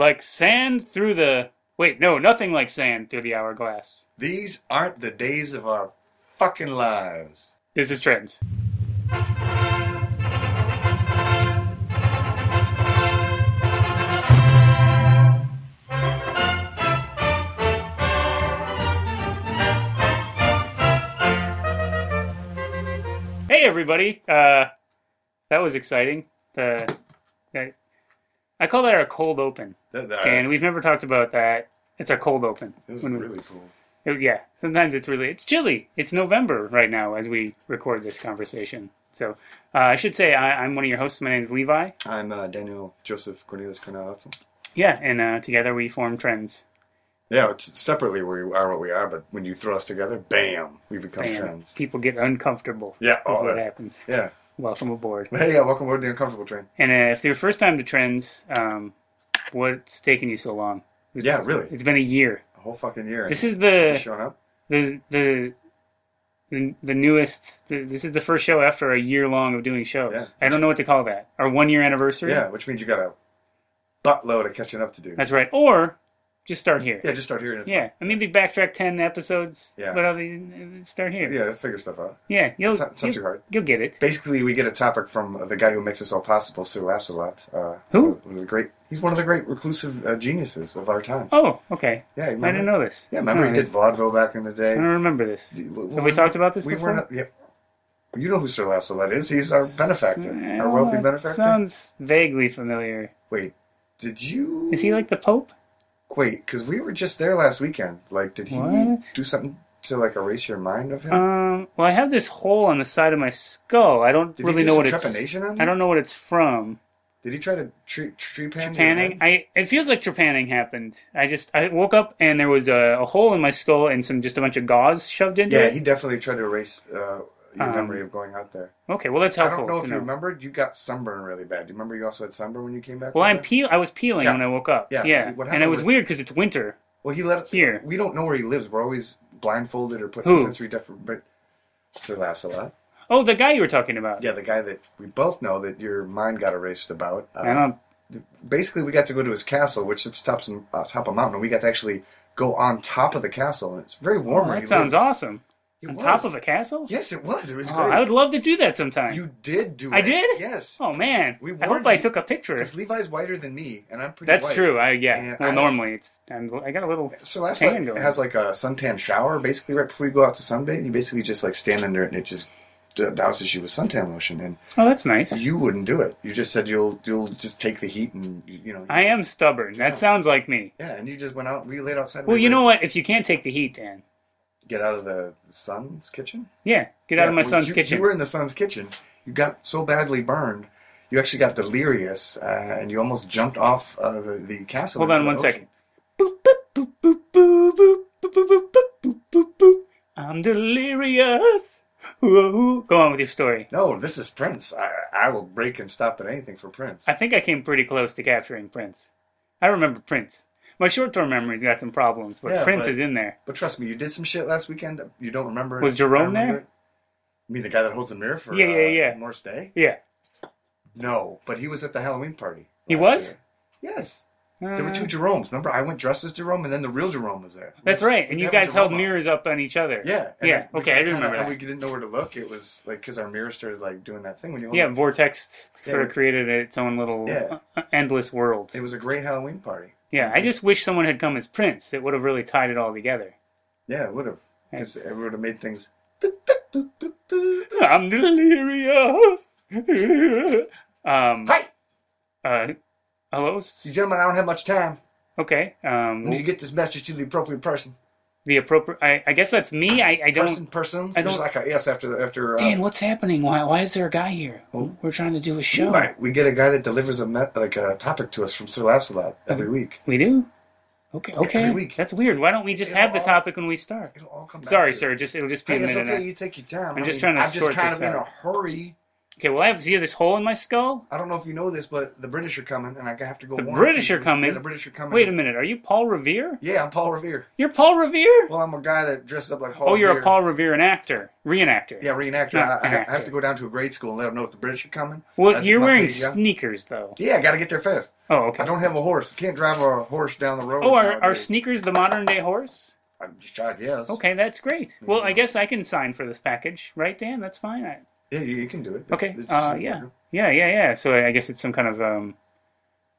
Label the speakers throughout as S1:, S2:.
S1: Like sand through the. Wait, no, nothing like sand through the hourglass.
S2: These aren't the days of our fucking lives.
S1: This is Trends. Hey, everybody. Uh, that was exciting. The, I, I call that our cold open.
S2: That, that-
S1: And we've never talked about that. It's our cold open.
S2: that Uh, was
S1: When we-
S2: really cool.
S1: Oh, Yeah, sometimes it's really it's chilly. It's November right now as we record this conversation. So uh, I should say I, I'm one of your hosts. My name is Levi.
S2: I'm uh, Daniel Joseph Cornelius Cornell Hudson.
S1: Yeah, and uh, together we form Trends.
S2: Yeah, it's separately we are what we are, but when you throw us together, bam, we become
S1: And
S2: friends.
S1: people get uncomfortable.
S2: Oh, Yeah,
S1: Is
S2: all
S1: what
S2: that.
S1: happens.
S2: Yeah.
S1: Welcome aboard.
S2: Hey, yeah, welcome aboard the Uncomfortable Train.
S1: And uh, if your first time to Trends, um, what's taking you so long? It's-
S2: Yeah, really.
S1: It's been a year.
S2: A whole fucking year.
S1: This is
S2: Just
S1: the
S2: showing up.
S1: the the. The, the newest. The, this is the first show after a year long of doing shows.
S2: Yeah.
S1: I don't know what to call that. Our one year anniversary.
S2: Yeah, which means you got a buttload of catching up to do.
S1: That's right. Or just start here.
S2: Yeah, just start here. And it's
S1: Yeah, and maybe backtrack ten episodes.
S2: Yeah.
S1: But I'll be- start here.
S2: fun. Yeah, figure stuff out.
S1: Yeah, you'll
S2: It's not, it's not too
S1: you'll,
S2: hard.
S1: you'll get it.
S2: Basically, we get a topic from the guy who makes this all possible, Sir Launcelot. Uh,
S1: Who?
S2: One of the great. He's one of the great reclusive uh, geniuses of our time.
S1: Oh, okay.
S2: yeah.
S1: I didn't know this.
S2: Yeah, remember
S1: All
S2: he
S1: right.
S2: did vaudeville back in the
S1: I
S2: day.
S1: don't remember this.
S2: D-
S1: Have we talked about this
S2: We
S1: before?
S2: were not. Yeah. You know who Sir Launcelot is? He's our benefactor, our wealthy
S1: Well,
S2: benefactor.
S1: Sounds vaguely familiar.
S2: Wait, did you?
S1: Is he like the Pope?
S2: Wait, because we were just there last weekend. Like, did he
S1: What?
S2: do something to like erase your mind of him?
S1: Um. Well, I have this hole on the side of my skull. I don't
S2: did
S1: really
S2: he do
S1: know
S2: some
S1: what it's.
S2: trepanation on you?
S1: I don't know what it's from.
S2: Did he try to tree tree pan? your
S1: trepanning.
S2: head?
S1: I it feels like trepanning happened. I just I woke up and there was a, a hole in my skull and some just a bunch of gauze shoved into
S2: Yeah,
S1: it.
S2: he definitely tried to erase uh, your
S1: Um,
S2: memory of going out there.
S1: Okay, well that's
S2: I
S1: helpful.
S2: don't know if
S1: to
S2: you remembered. You got sunburn really bad. Do you remember you also had sunburn when you came back?
S1: Well,
S2: from
S1: I'm
S2: that?
S1: peel. I was peeling
S2: Yeah.
S1: when I woke up.
S2: Yeah,
S1: Yeah,
S2: see, what
S1: and it
S2: happened
S1: was
S2: was-
S1: weird because it's winter
S2: Well, he let
S1: here.
S2: We don't know where he lives. We're always blindfolded or put
S1: Who?
S2: in sensory deprivation. But Sir laughs a lot.
S1: Oh, the guy you were talking about.
S2: Yeah, the guy that we both know that your mind got erased about. Uh,
S1: I don't.
S2: basically, we got to go to his castle, which sits top some uh, top of a mountain, and we got to actually go on top of the castle, and it's very warm.
S1: Oh,
S2: where
S1: that
S2: he
S1: sounds
S2: lives.
S1: awesome.
S2: It
S1: On
S2: was.
S1: top of a castle.
S2: Yes, it was. It was
S1: Oh,
S2: great.
S1: I would love to do that sometime.
S2: You did do.
S1: I
S2: it.
S1: did?
S2: Yes.
S1: oh man,
S2: We
S1: I
S2: warned
S1: hope I
S2: you.
S1: took a picture.
S2: Because Levi's whiter than me, and I'm pretty.
S1: That's
S2: white.
S1: true. I yeah.
S2: And
S1: Well,
S2: I-
S1: normally it's I'm, I got a little.
S2: So that's
S1: Tan
S2: like, it
S1: going.
S2: has like a suntan shower basically right before you go out to sunbathe. You basically just like stand under it and it just douses you with suntan lotion. And
S1: Oh, that's nice.
S2: you wouldn't do it. You just said you'll you'll just take the heat and you, you know.
S1: I am stubborn. That sounds like me.
S2: yeah, and you just went out. We laid outside. and
S1: Well,
S2: we
S1: you
S2: were-
S1: know what? If you can't take the heat, Dan,
S2: get out of the sun's kitchen.
S1: yeah, get out of my
S2: Yeah, well,
S1: son's
S2: you,
S1: kitchen.
S2: You were in the sun's kitchen. You got so badly burned. You actually got delirious, uh, and you almost jumped off uh, the, the castle.
S1: Hold
S2: into
S1: on
S2: the
S1: one
S2: ocean.
S1: second. Boop, boop, boop, boop, boop, boop, boop, boop, boop, boop, boop, boop. I'm delirious. Whoa. Go on with your story.
S2: No, this is Prince. I, I will break and stop at anything for Prince.
S1: I think I came pretty close to capturing Prince. I remember Prince. My short-term memory's got some problems, but
S2: Yeah,
S1: Prince
S2: but-
S1: is in there.
S2: But trust me, you did some shit last weekend. You don't remember. it.
S1: Was Jerome
S2: I remember
S1: there?
S2: It. You mean the guy that holds the mirror for
S1: Yeah, yeah,
S2: uh,
S1: yeah.
S2: Morse Day?
S1: Yeah.
S2: No, but he was at the Halloween party.
S1: He
S2: last
S1: was?
S2: year. Yes.
S1: Uh,
S2: There were two Jeromes. Remember, I went dressed as Jerome, and then the real Jerome was there.
S1: That's right. And
S2: We
S1: you
S2: never
S1: guys held
S2: Jerome-o.
S1: mirrors up on each other.
S2: Yeah. and
S1: Yeah,
S2: then we
S1: okay, I
S2: just
S1: do
S2: kinda-
S1: remember
S2: and
S1: that.
S2: we didn't know where to look. It was like because our mirror started like doing that thing when you. hold
S1: Yeah,
S2: it.
S1: Vortex
S2: Yeah.
S1: sort of created its own little
S2: Yeah.
S1: uh, endless world.
S2: It was a great Halloween party.
S1: Yeah, I just wish someone had come as Prince. It would have really tied it all together.
S2: Yeah, it would have. Because
S1: That's-
S2: it would have made things. boop, boop, boop, boop, boop.
S1: I'm delirious. um,
S2: Hi,
S1: uh, hello. S-
S2: you gentlemen. I don't have much time.
S1: Okay. Um,
S2: When you get this message to the appropriate person.
S1: the appropriate. I, I guess that's me. I, I don't.
S2: person, persons.
S1: I
S2: There's
S1: don't-
S2: like a yes after after. Uh,
S1: Dan, what's happening? Why? Why is there a guy here? Oh, We're trying to do a show.
S2: Levi, we get a guy that delivers a me- like a topic to us from Sir Launcelot every
S1: Mm-hmm.
S2: week.
S1: We do. Okay. Okay.
S2: every week.
S1: That's weird. Why don't we just
S2: It'll
S1: have the
S2: all-
S1: topic when we start?
S2: It'll all come. Back
S1: Sorry,
S2: to
S1: sir. Just it'll just be
S2: Hey,
S1: a
S2: it's
S1: minute.
S2: okay. You take your time.
S1: I'm
S2: I
S1: just
S2: mean,
S1: trying to
S2: I'm just
S1: sort
S2: kind
S1: this
S2: of in a
S1: out.
S2: hurry.
S1: Okay, well, I have see this hole in my skull.
S2: I don't know if you know this, but the British are coming, and I have to go.
S1: The
S2: warn
S1: British
S2: people.
S1: are coming?
S2: Yeah, the British are coming.
S1: Wait a minute, are you Paul Revere?
S2: Yeah, I'm Paul Revere.
S1: You're Paul Revere?
S2: Well, I'm a guy that dresses up like Paul.
S1: Oh, you're a
S2: Revere.
S1: Paul Revere, an actor, reenactor.
S2: Yeah, reenactor.
S1: No,
S2: I, I, ha- I have
S1: enactor.
S2: to go down to a grade school and let them know if the British are coming.
S1: Well,
S2: That's
S1: you're
S2: my
S1: wearing
S2: thing, yeah.
S1: sneakers though.
S2: Yeah, I got to get there fast.
S1: Oh, okay.
S2: I don't have a horse. Can't drive a horse down the road.
S1: Oh, are, are
S2: nowadays.
S1: sneakers the modern day horse?
S2: I just tried. Yes.
S1: Okay, that's great. Well, I
S2: Yeah.
S1: guess I can sign for this package, right, Dan? That's fine. I,
S2: Yeah, you, you can do it.
S1: Okay,
S2: It's- it's-
S1: uh, yeah. yeah, yeah, yeah. So I guess it's some kind of um,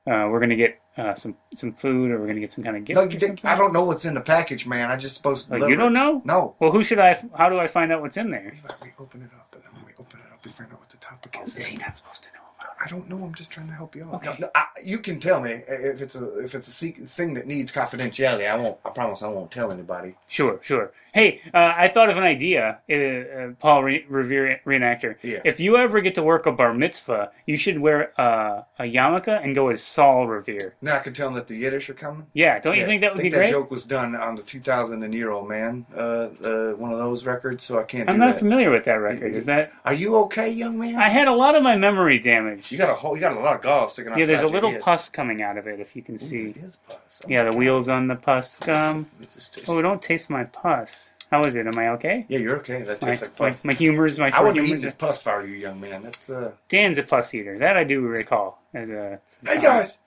S1: uh, we're gonna get uh, some some food, or we're gonna get some kind of gift.
S2: No,
S1: or
S2: you didn't,
S1: something?
S2: I don't know what's in the package, man. I just supposed to.
S1: Oh,
S2: deliver
S1: you
S2: it.
S1: don't know?
S2: No.
S1: Well, who should I? How do I find out what's in there?
S2: Levi, we open it up, and then when we open it up, we find out what the topic is.
S1: Is he not supposed to know about?
S2: I don't know. I'm just trying to help you out.
S1: Okay.
S2: No, no, I, you can tell me if it's a if it's a secret thing that needs confidentiality. I won't. I promise I won't tell anybody.
S1: Sure, sure. Hey, uh, I thought of an idea, uh, uh, Paul Re- Revere reenactor.
S2: Yeah.
S1: If you ever get to work a bar mitzvah, you should wear uh, a yarmulke and go as Saul Revere.
S2: Now I can tell them that the Yiddish are coming.
S1: Yeah, don't you
S2: Yeah,
S1: think that would be
S2: that
S1: great?
S2: joke was done on the 2000 and Year Old Man, uh, uh, one of those records. So I can't.
S1: I'm
S2: do
S1: not
S2: that.
S1: familiar with that record. Is that
S2: Are you okay, young man?
S1: I had a lot of my memory damage.
S2: you got a whole. You got a lot of gall sticking out.
S1: Yeah, there's a little pus coming out of it if you can see.
S2: It is pus. Oh
S1: Yeah,
S2: my
S1: the
S2: God.
S1: wheels on the pus gum.
S2: It's just- it's-
S1: Oh, don't taste my pus. How is it? Am I okay?
S2: Yeah, you're okay. That
S1: My,
S2: tastes like
S1: my,
S2: pus.
S1: my humors, my
S2: I
S1: four
S2: wouldn't eat
S1: humors.
S2: this pus if I were you, young man. That's uh.
S1: Dan's a pus eater. That I do recall as a. uh,
S2: Hey guys,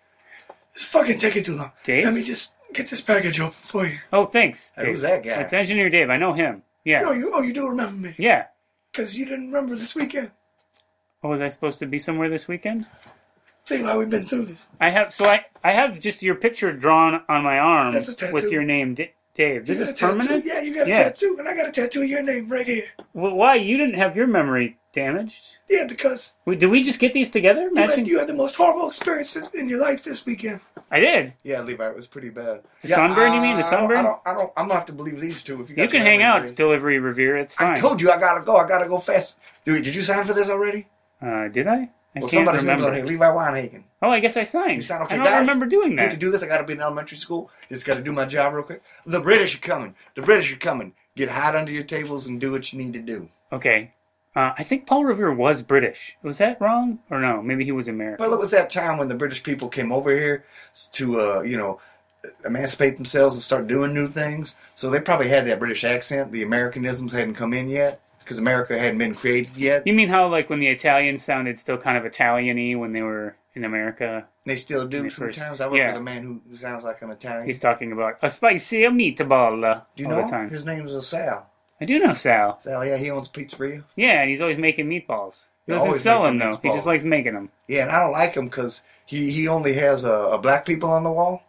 S2: this fucking taking too long.
S1: Dave?
S2: Let me just get this package open for you.
S1: Oh, thanks.
S2: Hey,
S1: Dave.
S2: who's that guy?
S1: It's Engineer Dave. I know him. Yeah.
S2: No, you. Oh, you do remember me
S1: Yeah.
S2: because you didn't remember this weekend.
S1: Oh, was I supposed to be somewhere this weekend?
S2: Think how we've been through this.
S1: I have. So I I have just your picture drawn on my arm
S2: That's a tattoo.
S1: with your name, D- Dave. This
S2: You got
S1: is
S2: a tattoo.
S1: permanent.
S2: Yeah, you got a
S1: Yeah.
S2: tattoo, and I got a tattoo of your name right here.
S1: Well, why you didn't have your memory damaged?
S2: Yeah, because
S1: We, did we just get these together?
S2: you
S1: Matching?
S2: had, you had the most horrible experience in, in your life this weekend.
S1: I did.
S2: Yeah, Levi, it was pretty bad.
S1: The sunburn, you mean? The
S2: I don't-
S1: sunburn?
S2: I don't, I don't, I am gonna have to believe these two. If you, got
S1: You can
S2: your
S1: hang
S2: memory
S1: out,
S2: right.
S1: Delivery Revere. It's
S2: I
S1: fine.
S2: told you I gotta go. I gotta go fast. Dude, did you sign for this already?
S1: Uh, did I? I
S2: well,
S1: can't
S2: somebody's
S1: remember.
S2: name on here, Levi Weinhagen.
S1: Oh, I guess I signed.
S2: You sound okay,
S1: I don't
S2: guys.
S1: remember doing
S2: Need to
S1: that.
S2: do this. I got to be in elementary school. Just got to do my job real quick. The British are coming. The British are coming. Get hot under your tables and do what you need to do.
S1: Okay. Uh, I think Paul Revere was British. Was that wrong? Or no? Maybe he was American.
S2: Well, it was that time when the British people came over here to, uh, you know, emancipate themselves and start doing new things. So they probably had that British accent. The Americanisms hadn't come in yet because America hadn't been created yet.
S1: You mean how, like, when the Italians sounded still kind of Italian y when they were in America?
S2: They still do
S1: They first-
S2: sometimes. I work
S1: yeah.
S2: with a man who who sounds like an Italian.
S1: He's talking about a spicy meatball uh,
S2: do you
S1: all
S2: know
S1: the
S2: him?
S1: time.
S2: his name is Sal?
S1: I do know Sal.
S2: Sal, "Oh, yeah, he owns a pizzeria.
S1: Yeah, and he's always making meatballs. He
S2: He's
S1: doesn't
S2: always
S1: sell them,
S2: making
S1: though. He just
S2: meatballs.
S1: likes making them.
S2: Yeah, and I don't like him because he, he only has a, a black people on the wall,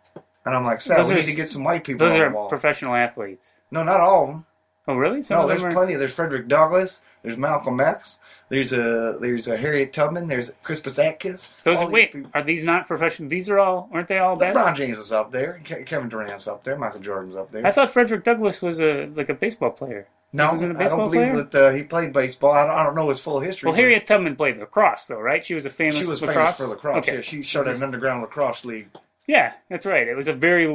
S2: and I'm like, Sal,
S1: Those
S2: we
S1: are
S2: need
S1: s-
S2: to get some white people
S1: Those
S2: on
S1: are
S2: the wall.
S1: professional athletes.
S2: no, not all of them.
S1: Oh, really? Some
S2: No,
S1: of them
S2: there's
S1: are...
S2: plenty. There's Frederick Douglass. There's Malcolm X. There's a there's a Harriet Tubman. There's Crispus Atkiss.
S1: Those
S2: all these
S1: wait,
S2: people-
S1: are these not professional? These are all aren't they all bad?
S2: LeBron James is up there. Ke- Kevin Durant's up there. Michael Jordan's up there.
S1: I thought Frederick Douglass was a like a baseball player.
S2: no,
S1: wasn't a
S2: I
S1: baseball
S2: don't believe
S1: player?
S2: that uh, he played baseball. I don't, I don't know his full history.
S1: Well,
S2: but
S1: Harriet Tubman played lacrosse though, right? She was a famous
S2: She was
S1: lacrosse.
S2: famous for lacrosse.
S1: Okay.
S2: Yeah, she started an underground lacrosse league.
S1: Yeah, that's right. It was a very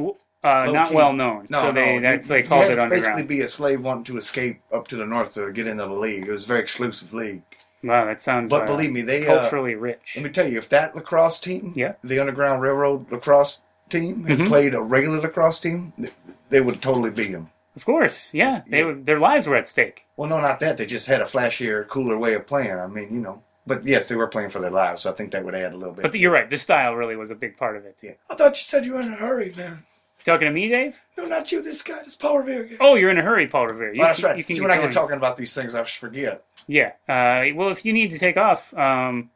S1: uh, not
S2: key.
S1: well known.
S2: No,
S1: so they
S2: no,
S1: that's
S2: you-
S1: they
S2: you
S1: called
S2: had
S1: it
S2: to Basically,
S1: underground.
S2: be a slave wanting to escape up to the north to get into the league. It was a very exclusive league.
S1: Wow, that sounds
S2: But
S1: uh,
S2: believe me, they uh,
S1: culturally rich.
S2: let me tell you, if that lacrosse team,
S1: Yeah.
S2: the Underground Railroad lacrosse team, had
S1: Mhm.
S2: played a regular lacrosse team, th- they would totally beat them.
S1: Of course, yeah. They
S2: Yeah.
S1: were their lives were at stake.
S2: Well, no, not that. They just had a flashier, cooler way of playing. I mean, you know. But yes, they were playing for their lives, so I think that would add a little bit.
S1: But you're right. The style really was a big part of it.
S2: yeah. I thought you said you were in a hurry, man.
S1: Talking to me, Dave?
S2: No, not you. This guy, this Paul Revere guy.
S1: Oh, you're in a hurry, Paul Revere. You,
S2: Oh, that's
S1: can-
S2: right.
S1: You can
S2: See,
S1: get
S2: when I get
S1: going.
S2: talking about these things, I just forget.
S1: Yeah. Uh, well, if you need to take off, um,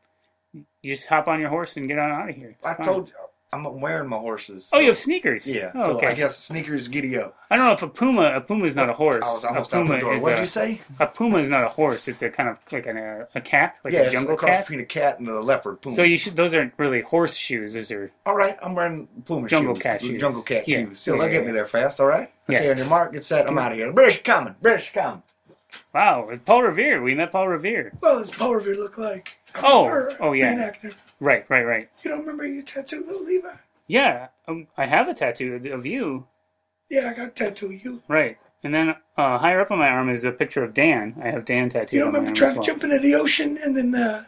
S1: you just hop on your horse and get on out of here. It's
S2: I
S1: fine.
S2: told you, I'm wearing my horses.
S1: Oh, you
S2: so-
S1: have sneakers.
S2: Yeah,
S1: Oh,
S2: so
S1: okay.
S2: I
S1: I,
S2: guess sneakers giddy up.
S1: don't know if a puma. A puma is not a horse.
S2: I was
S1: a
S2: almost out
S1: puma
S2: the door.
S1: is
S2: What'd
S1: a,
S2: you say?
S1: a puma is not a horse. It's a kind of like an, uh, a cat, like
S2: yeah,
S1: a
S2: it's
S1: jungle
S2: the cross
S1: cat.
S2: between a cat and a leopard. Puma.
S1: So you should. Those aren't really horse shoes. Those are.
S2: all right? I'm wearing Puma
S1: Jungle
S2: shoes.
S1: cat shoes.
S2: Jungle cat
S1: Yeah.
S2: shoes. Still,
S1: Yeah,
S2: they'll
S1: yeah,
S2: get me there fast. All right.
S1: Yeah.
S2: Okay, on your mark, get set. I'm out of here. The British coming. British coming.
S1: Wow, it's Paul Revere. We met Paul Revere.
S2: Well, does Paul Revere look like?
S1: Oh, Or oh, yeah. an
S2: actor.
S1: Right, right, right.
S2: You don't remember your tattoo, though, Levi?
S1: Yeah, um, I have a tattoo of you.
S2: Yeah, I got a tattoo. You.
S1: Right, and then uh, higher up on my arm is a picture of Dan. I have Dan tattooed. on my arm as well.
S2: into the ocean and then uh,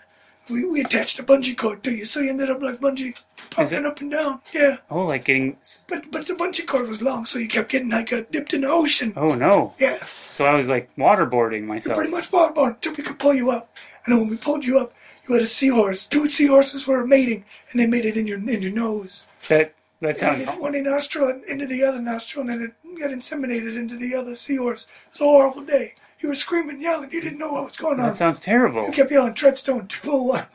S2: we, we attached a bungee cord to you, so you ended up like bungee,
S1: it-
S2: popping up and down. Yeah,
S1: Oh, like getting. s-
S2: but but the bungee cord was long, so you kept getting like uh, dipped in the ocean.
S1: Oh no!
S2: Yeah,
S1: So I was like waterboarding
S2: you
S1: myself.
S2: pretty much bought one until we could pull you up. And then when we pulled you up, you had a seahorse. Two seahorses were mating, and they made it in your in your nose.
S1: That that
S2: And
S1: sounds.
S2: it hit one in nostril and into the other nostril, and then it got inseminated into the other seahorse. It was a horrible day. You were screaming, yelling. You didn't know what was going on.
S1: That sounds terrible.
S2: You kept yelling, Treadstone 201.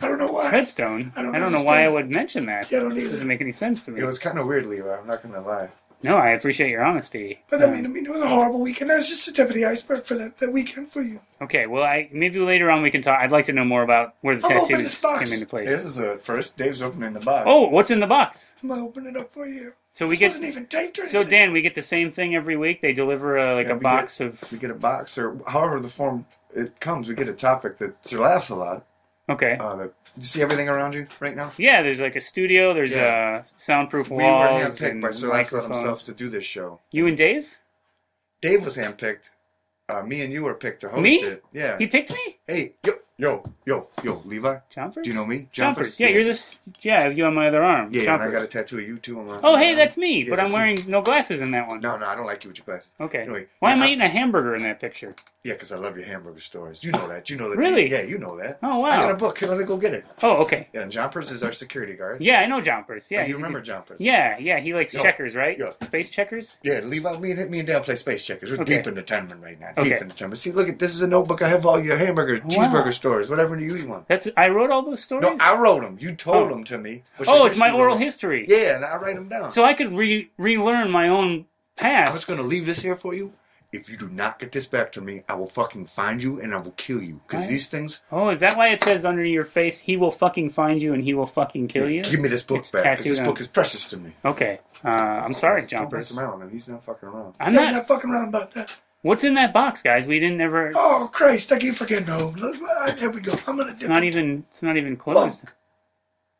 S2: I don't know why.
S1: Treadstone. I
S2: I
S1: don't,
S2: don't
S1: know why I
S2: understand.
S1: would mention that.
S2: Yeah, I don't
S1: It
S2: either.
S1: doesn't make any sense to me.
S3: It was kind of weird, Levi. I'm not gonna lie.
S1: No, I appreciate your honesty.
S2: But I
S1: Um,
S2: mean, I mean, it was a horrible weekend. That was just the tip of the iceberg for that, that weekend for you.
S1: okay. Well, I maybe later on we can talk. I'd like to know more about where the
S2: I'm opening
S1: tattoos
S2: this box.
S1: came into place.
S3: This is a first. Dave's opening the box.
S1: Oh, what's in the box?
S2: I'm gonna open it up for you.
S1: So we
S2: It
S1: get.
S2: wasn't even taped or
S1: So
S2: anything.
S1: Dan, we get the same thing every week. They deliver uh, like
S3: Yeah,
S1: a
S3: we
S1: box of.
S3: We get a box, or however the form it comes. We get a topic that laughs a lot.
S1: Okay.
S2: um,
S3: Uh, that, you see everything around you right now.
S1: Yeah, there's like a studio. There's uh, soundproof
S3: We were
S1: walls
S3: handpicked
S1: and
S3: by Sir Lancelot
S1: microphones.
S3: himself to do this show.
S1: You and Dave?
S3: Dave was handpicked. Uh, me and you were picked to host
S1: Me?
S3: it. Yeah.
S1: He picked me.
S3: hey, yo, yo, yo, yo, Levi.
S1: Chompers.
S3: Do you know me?
S1: Chompers. Yeah, you're this. Yeah, I have you on my other arm.
S3: Yeah, and I
S1: Chompers.
S3: got a tattoo of you too on my.
S1: Oh, hey, that's me.
S3: Yeah,
S1: but I'm
S3: that's
S1: wearing no glasses in that one.
S3: No, no, I don't like you with your glasses.
S1: Okay.
S3: Anyway,
S1: Why
S3: yeah,
S1: am I
S3: I-
S1: eating a hamburger in that picture?
S3: Yeah, 'cause I love your hamburger stories. You know that. You know that.
S1: Really?
S3: Yeah, you know that.
S1: Oh
S3: I got a
S1: wow.
S3: book. Here, let me go get it.
S1: Oh okay.
S3: Yeah, and Jompers is our security guard.
S1: Yeah, I know Jompers. Yeah.
S3: Oh, you
S1: he's a
S3: remember
S1: good-
S3: Jompers?
S1: Yeah, yeah. He likes
S3: Yo,
S1: checkers, right?
S3: yo.
S1: Space checkers.
S3: Yeah, Levi, me and me and Dale play space checkers. We're
S1: Okay.
S3: deep in the tournament right now.
S1: Okay.
S3: Deep in the tournament. See, look at this is a notebook. I have all your hamburger, cheeseburger stories, whatever you eat one.
S1: That's I wrote all those stories.
S3: No, I wrote them. You told
S1: Oh.
S3: them to me. but
S1: oh,
S3: I
S1: it's
S3: guess
S1: my
S3: you
S1: oral
S3: wrote 'em.
S1: history.
S3: Yeah, and I write them down.
S1: So I could re relearn my own past.
S3: I'm just gonna leave this here for you. If you do not get this back to me, I will fucking find you and I will kill you. Because
S1: Right.
S3: these things,
S1: Oh, is that why it says under your face, "He will fucking find you and he will fucking kill you"?
S3: give me this book
S1: It's
S3: back. Because
S1: tattooed
S3: this
S1: on-
S3: book is precious to me.
S1: Okay. Uh, I'm sorry,
S3: Don't mess
S1: Jompers.
S3: him out, man. He's not fucking around.
S1: I'm
S2: Yeah,
S1: not.
S2: not fucking around about that.
S1: What's in that box, guys? We didn't ever.
S2: Oh, Christ, I keep forgetting. Oh, look, all right, there we go. I'm gonna
S1: It's
S2: dip
S1: not
S2: it.
S1: even. It's not even closed.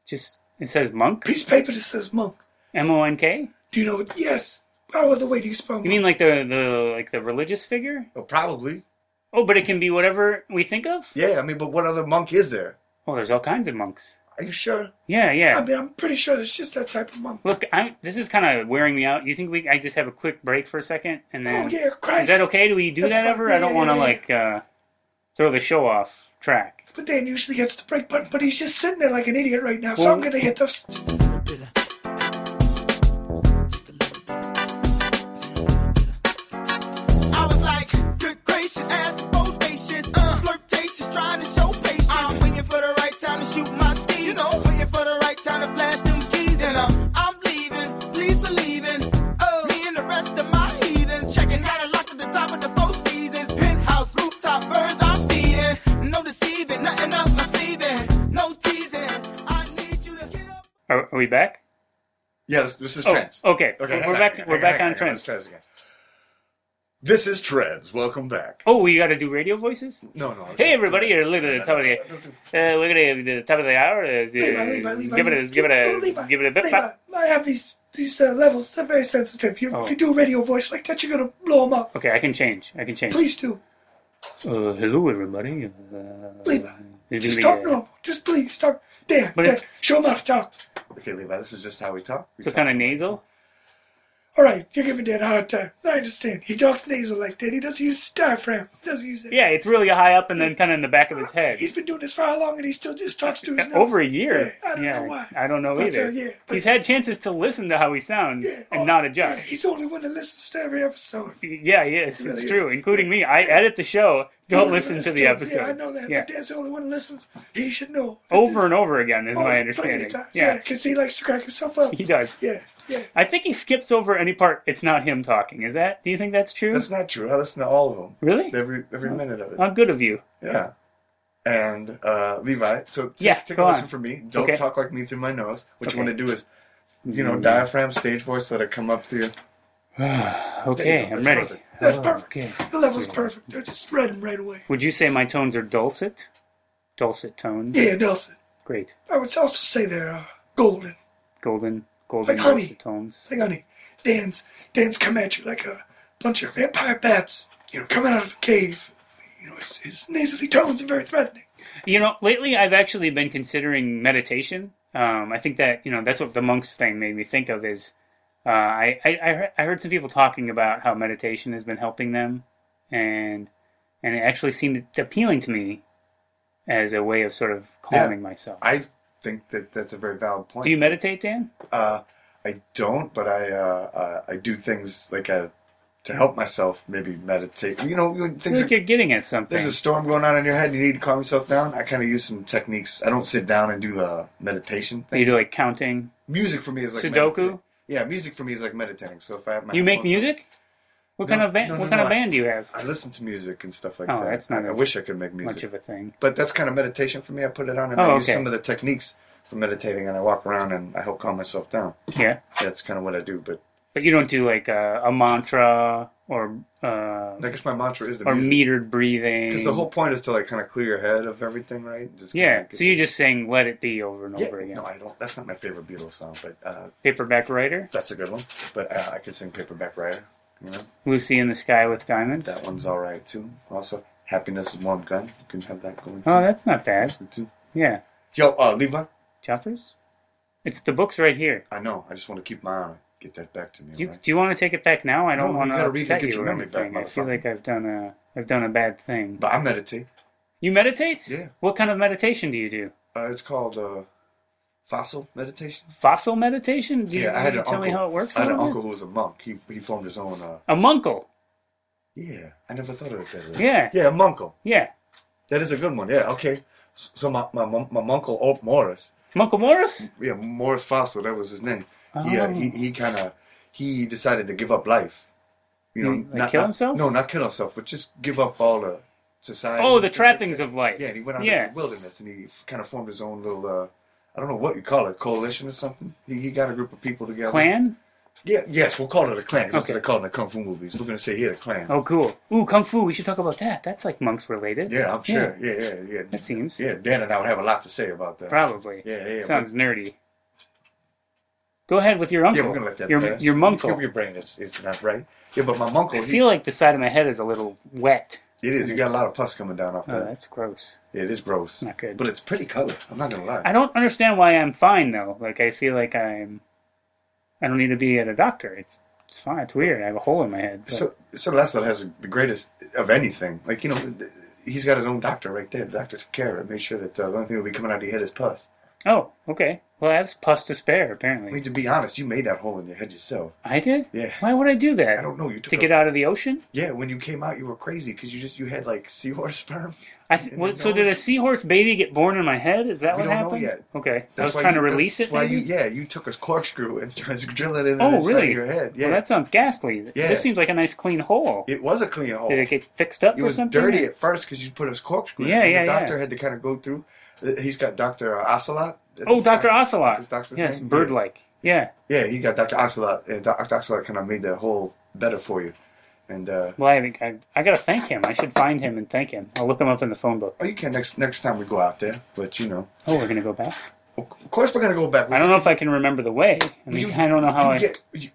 S1: Just it says monk.
S2: piece of paper that says monk.
S1: M O N K.
S2: Do you know what? Yes. Oh, the way do you spell monk?
S1: You mean like the the like the religious figure?
S3: Well, probably.
S1: Oh, but it can be whatever we think of.
S3: Yeah, I mean, but what other monk is there?
S1: Oh, there's all kinds of monks.
S3: Are you sure?
S1: Yeah,
S2: I
S1: yeah.
S2: mean, I'm pretty sure it's just that type of monk.
S1: Look, I'm. This is kind of wearing me out. You think we? I just have a quick break for a second, and
S2: Oh,
S1: then
S2: yeah,
S1: is
S2: Christ.
S1: that okay? Do we do
S2: That's
S1: that
S2: fine.
S1: ever?
S2: Yeah,
S1: I don't
S2: yeah,
S1: want to
S2: yeah,
S1: like uh, throw the show off track.
S2: But Dan usually hits the break button, but he's just sitting there like an idiot right now, so
S1: Well-
S2: I'm gonna hit the.
S4: I was like, good gracious, ass is bodacious, uh, flirtatious, trying to show patience. I'm waiting for the right time to shoot my steed, you know, waiting for the right time to flash them keys, and uh, I'm leaving, please believe in, uh, me and the rest of my heathens, checking out a lock at the top of the four seasons, penthouse, rooftop, birds I'm feeding, no deceiving, nothing up my sleeve, and no teasing, I need you to get up.
S1: Are, are we back?
S3: Yeah, this, this is
S1: Oh,
S3: trends.
S1: okay.
S3: hang
S1: We're
S3: on,
S1: back-
S3: hang
S1: we're
S3: hang
S1: back
S3: hang
S1: on
S3: hang
S1: trends.
S3: Let's trends again. This is trends. Welcome back.
S1: Oh, we got to do radio voices.
S3: No, no.
S1: Hey everybody! You're literally at the top of the. Uh, we're gonna do the top of the hour. Uh,
S2: Levi, Levi, Levi.
S1: give it a give it a
S2: Oh, Levi,
S1: give it a bit.
S2: Levi, I have these these uh, levels. They're very sensitive. You,
S1: Oh.
S2: If you do a radio voice like that, you're gonna blow them up.
S1: Okay, I can change. I can change.
S2: Please do.
S1: Uh, hello, everybody. Uh,
S2: Levi,
S1: it's
S2: Just
S1: gonna be,
S2: talk
S1: uh,
S2: normal. Just please talk. Dan,
S1: But
S2: Dan,
S1: it-
S2: show them how to talk.
S3: Okay, Levi, this is just how we talk. We
S1: So
S3: talk.
S1: kind of nasal.
S2: All right, you're giving Dan a hard time. I understand. He talks nasal like that. He doesn't use diaphragm. He doesn't use it.
S1: Yeah, it's really high up and then kind of in the back of his head.
S2: He's been doing this for how long, and he still just talks to his nose.
S1: Over a year.
S2: Yeah, I don't
S1: Yeah,
S2: know why.
S1: I don't know
S2: But,
S1: either.
S2: uh, yeah, but-
S1: He's had chances to listen to how he sounds
S2: Yeah,
S1: and
S2: oh,
S1: not
S2: yeah,
S1: adjust.
S2: he's the only one that listens to every episode.
S1: Yeah, yes,
S2: Really
S1: it's
S2: is.
S1: true, including me. I edit the show. Don't listen to the
S2: episode.
S1: episodes.
S2: Yeah, I know that.
S1: Yeah.
S2: But Dan's the only one that listens. He should know.
S1: Over and over again is
S2: Oh,
S1: my
S2: plenty of
S1: understanding.
S2: times, Yeah,
S1: Yeah,
S2: because he likes to crack himself up.
S1: he does.
S2: Yeah, yeah.
S1: I think he skips over any part. It's not him talking. Is that? Do you think that's true?
S3: That's not true. I listen to all of them.
S1: really?
S3: Every every
S1: Uh-huh.
S3: minute of it.
S1: How good of you.
S3: Yeah. And uh, Levi, so t-
S1: Yeah,
S3: take
S1: go
S3: a
S1: on.
S3: listen from me. Don't
S1: Okay.
S3: talk like me through my nose. What you
S1: Okay. Mm.
S3: want to do is, you know, diaphragm, stage voice, let it come up through.
S1: Okay, I'm
S3: That's
S1: ready.
S3: perfect.
S2: That's
S1: Oh,
S2: perfect.
S1: Okay.
S2: The level's perfect. They're just read him right away.
S1: Would you say my tones are dulcet? Dulcet tones.
S2: Yeah, Nelson.
S1: Great.
S2: I would also say they're uh, golden,
S1: Golden, golden
S2: Like honey.
S1: dulcet tones.
S2: like honey. Dan's Dan's come at you like a bunch of vampire bats. You know, coming out of a cave. You know, his, his nasally tones are very threatening.
S1: You know, lately I've actually been considering meditation. Um, I think that you know that's what the monks thing made me think of is uh, I, I I heard- I heard some people talking about how meditation has been helping them, and and it actually seemed appealing to me as a way of sort of calming myself.
S2: I think that that's a very valid point.
S1: Do you meditate, Dan?
S2: Uh, I don't, but I uh, uh, I do things like I, to help myself. Maybe meditate. You know, when
S1: I
S2: things
S1: feel
S2: are,
S1: like you're getting at something.
S2: there's a storm going on in your head. and You need to calm yourself down. I kind of use some techniques. I don't sit down and do the meditation thing.
S1: you do like counting,
S2: Music for me is like
S1: Sudoku.
S2: meditating. Yeah, music for me is like meditating. So if I have my
S1: You make
S2: headphones on-
S1: music? What
S2: No,
S1: kind of band?
S2: no, no,
S1: what kind
S2: no,
S1: of
S2: I-
S1: band do you have?
S2: I listen to music and stuff like
S1: Oh,
S2: that.
S1: that's not
S2: I, I
S1: as
S2: wish I could make music.
S1: Much of a thing.
S2: but that's kind of meditation for me. I put it on and
S1: Oh,
S2: I use
S1: okay.
S2: some of the techniques for meditating, and I walk around and I help calm myself down.
S1: Yeah,
S2: That's kind of what I do. But
S1: but you don't do like a, a mantra or uh,
S2: I guess my mantra is the
S1: or
S2: music
S1: metered breathing.
S2: because the whole point is to like kind of clear your head of everything, right? Just kinda
S1: yeah.
S2: get
S1: So you're just saying "Let it be" over and
S2: yeah.
S1: over again.
S2: No, I don't. That's not my favorite Beatles song, but uh,
S1: Paperback writer,
S2: that's a good one. But uh, I could sing Paperback Writer. You know,
S1: Lucy in the Sky with Diamonds.
S2: that one's all right too. Also, Happiness is one gun. You can have that going.
S1: Oh,
S2: too.
S1: that's not bad.
S2: Too.
S1: Yeah,
S2: Yo, uh, Levi.
S1: choppers. It's the books right here.
S2: I know. I just want to keep my eye on it. Get that back to me.
S1: Do you,
S2: all right?
S1: do you want to take it back now? I
S2: No,
S1: don't
S2: you
S1: want to
S2: gotta read and
S1: upset
S2: get
S1: you
S2: your
S1: or
S2: memory back,
S1: anything. I feel
S2: motherfucker.
S1: like I've done a I've done a bad thing.
S2: But I meditate.
S1: You meditate?
S2: Yeah.
S1: What kind of meditation do you do?
S2: Uh, it's called uh, fossil meditation.
S1: fossil meditation? Do you,
S2: yeah, I had an
S1: tell
S2: uncle.
S1: me how it works.
S2: I had
S1: a
S2: an
S1: little
S2: uncle who was a monk. He he formed his own. Uh,
S1: bit? A monkle.
S2: yeah, I never thought of it that way.
S1: Yeah,
S2: yeah, a monkle.
S1: yeah.
S2: That is a good one. Yeah, okay. S- So my my mon- my monkle Alt Morris.
S1: Monkle Morris.
S2: Yeah, Morris Fossil. That was his name.
S1: Oh.
S2: He, uh, he he kind of he decided to give up life. You know,
S1: You mean, like, kill himself?
S2: No, not kill himself, but just give up all the society.
S1: Oh, the trappings of life.
S2: Yeah, and he went out
S1: Yeah.
S2: into the wilderness and he kind of formed his own little, uh, I don't know what you call it, coalition or something. He, he got a group of people together.
S1: Clan.
S2: Yeah, yes, we'll call it a clan. 'cause That's
S1: Okay.
S2: what they call it in the kung fu movies. We're going to say here the clan.
S1: Oh, cool. Ooh, kung fu. We should talk about that. That's like monks related.
S2: Yeah, I'm sure. Yeah, yeah, yeah.
S1: That seems.
S2: Yeah, Dan and I would have a lot to say about that.
S1: Probably.
S2: Yeah, yeah, yeah.
S1: Sounds nerdy. Go ahead with your
S2: But-
S1: uncle.
S2: yeah, we're going to let that
S1: your
S2: pass.
S1: your
S2: Your,
S1: monkle.
S2: your brain is, is not right. Yeah, but my uncle,
S1: I
S2: he,
S1: feel like the side of my head is a little wet.
S2: it is. You got a lot of pus coming down off
S1: Oh,
S2: that.
S1: that's gross.
S2: Yeah, it is gross.
S1: Not good.
S2: But it's pretty color. I'm not going to lie.
S1: I don't understand why I'm fine though. Like I feel like I'm. I don't need to be at a doctor. It's it's fine. It's weird. I have a hole in my head. but-
S2: So, so Laszlo has the greatest of anything. Like you know, th- he's got his own doctor right there. The doctor took care of it, made sure that uh, the only thing that will be coming out of your head is pus.
S1: Oh, okay. Well, that's pus to spare,
S2: I
S1: apparently.
S2: mean, to be honest, you made that hole in your head yourself.
S1: I did?
S2: Yeah.
S1: Why would I do that?
S2: I don't know. You took
S1: To
S2: a-
S1: get out of the ocean?
S2: Yeah, when you came out, you were crazy because you just you had like seahorse sperm.
S1: I th-
S2: And
S1: what,
S2: it
S1: so did a
S2: goes-
S1: seahorse baby get born in my head? Is that
S2: We
S1: what
S2: don't know
S1: happened?
S2: yet.
S1: Okay. I was
S2: why
S1: trying
S2: you-
S1: to release
S2: that's
S1: it.
S2: Why you,
S1: maybe?
S2: yeah, you took a corkscrew and started drilling it in
S1: oh,
S2: the inside
S1: really?
S2: of your head. Yeah,
S1: Well, that sounds ghastly.
S2: Yeah.
S1: This seems like a nice clean hole.
S2: it was a clean hole.
S1: Did it get fixed up
S2: It
S1: or
S2: was
S1: something?
S2: dirty at first because you put a corkscrew. in it,
S1: Yeah,
S2: and
S1: yeah,
S2: The
S1: yeah.
S2: doctor had to kind of go through. Uh, He's got Doctor Ocelot. That's
S1: Oh,
S2: his
S1: Dr.
S2: doctor.
S1: Ocelot.
S2: That's his doctor's
S1: yes,
S2: name?
S1: bird
S2: Yeah.
S1: like. Yeah.
S2: Yeah, he got Dr. Ocelot, and Dr. Ocelot kind of made that whole better for you. And uh,
S1: Well, I think I, I got to thank him. I should find him and thank him. I'll look him up in the phone book.
S2: oh, you can next next time we go out there, but you know,
S1: Oh, we're going to go back?
S2: of course we're gonna go back.
S1: I don't know if I can remember the way. I mean, I don't know how
S2: you
S1: I.
S2: Get, you,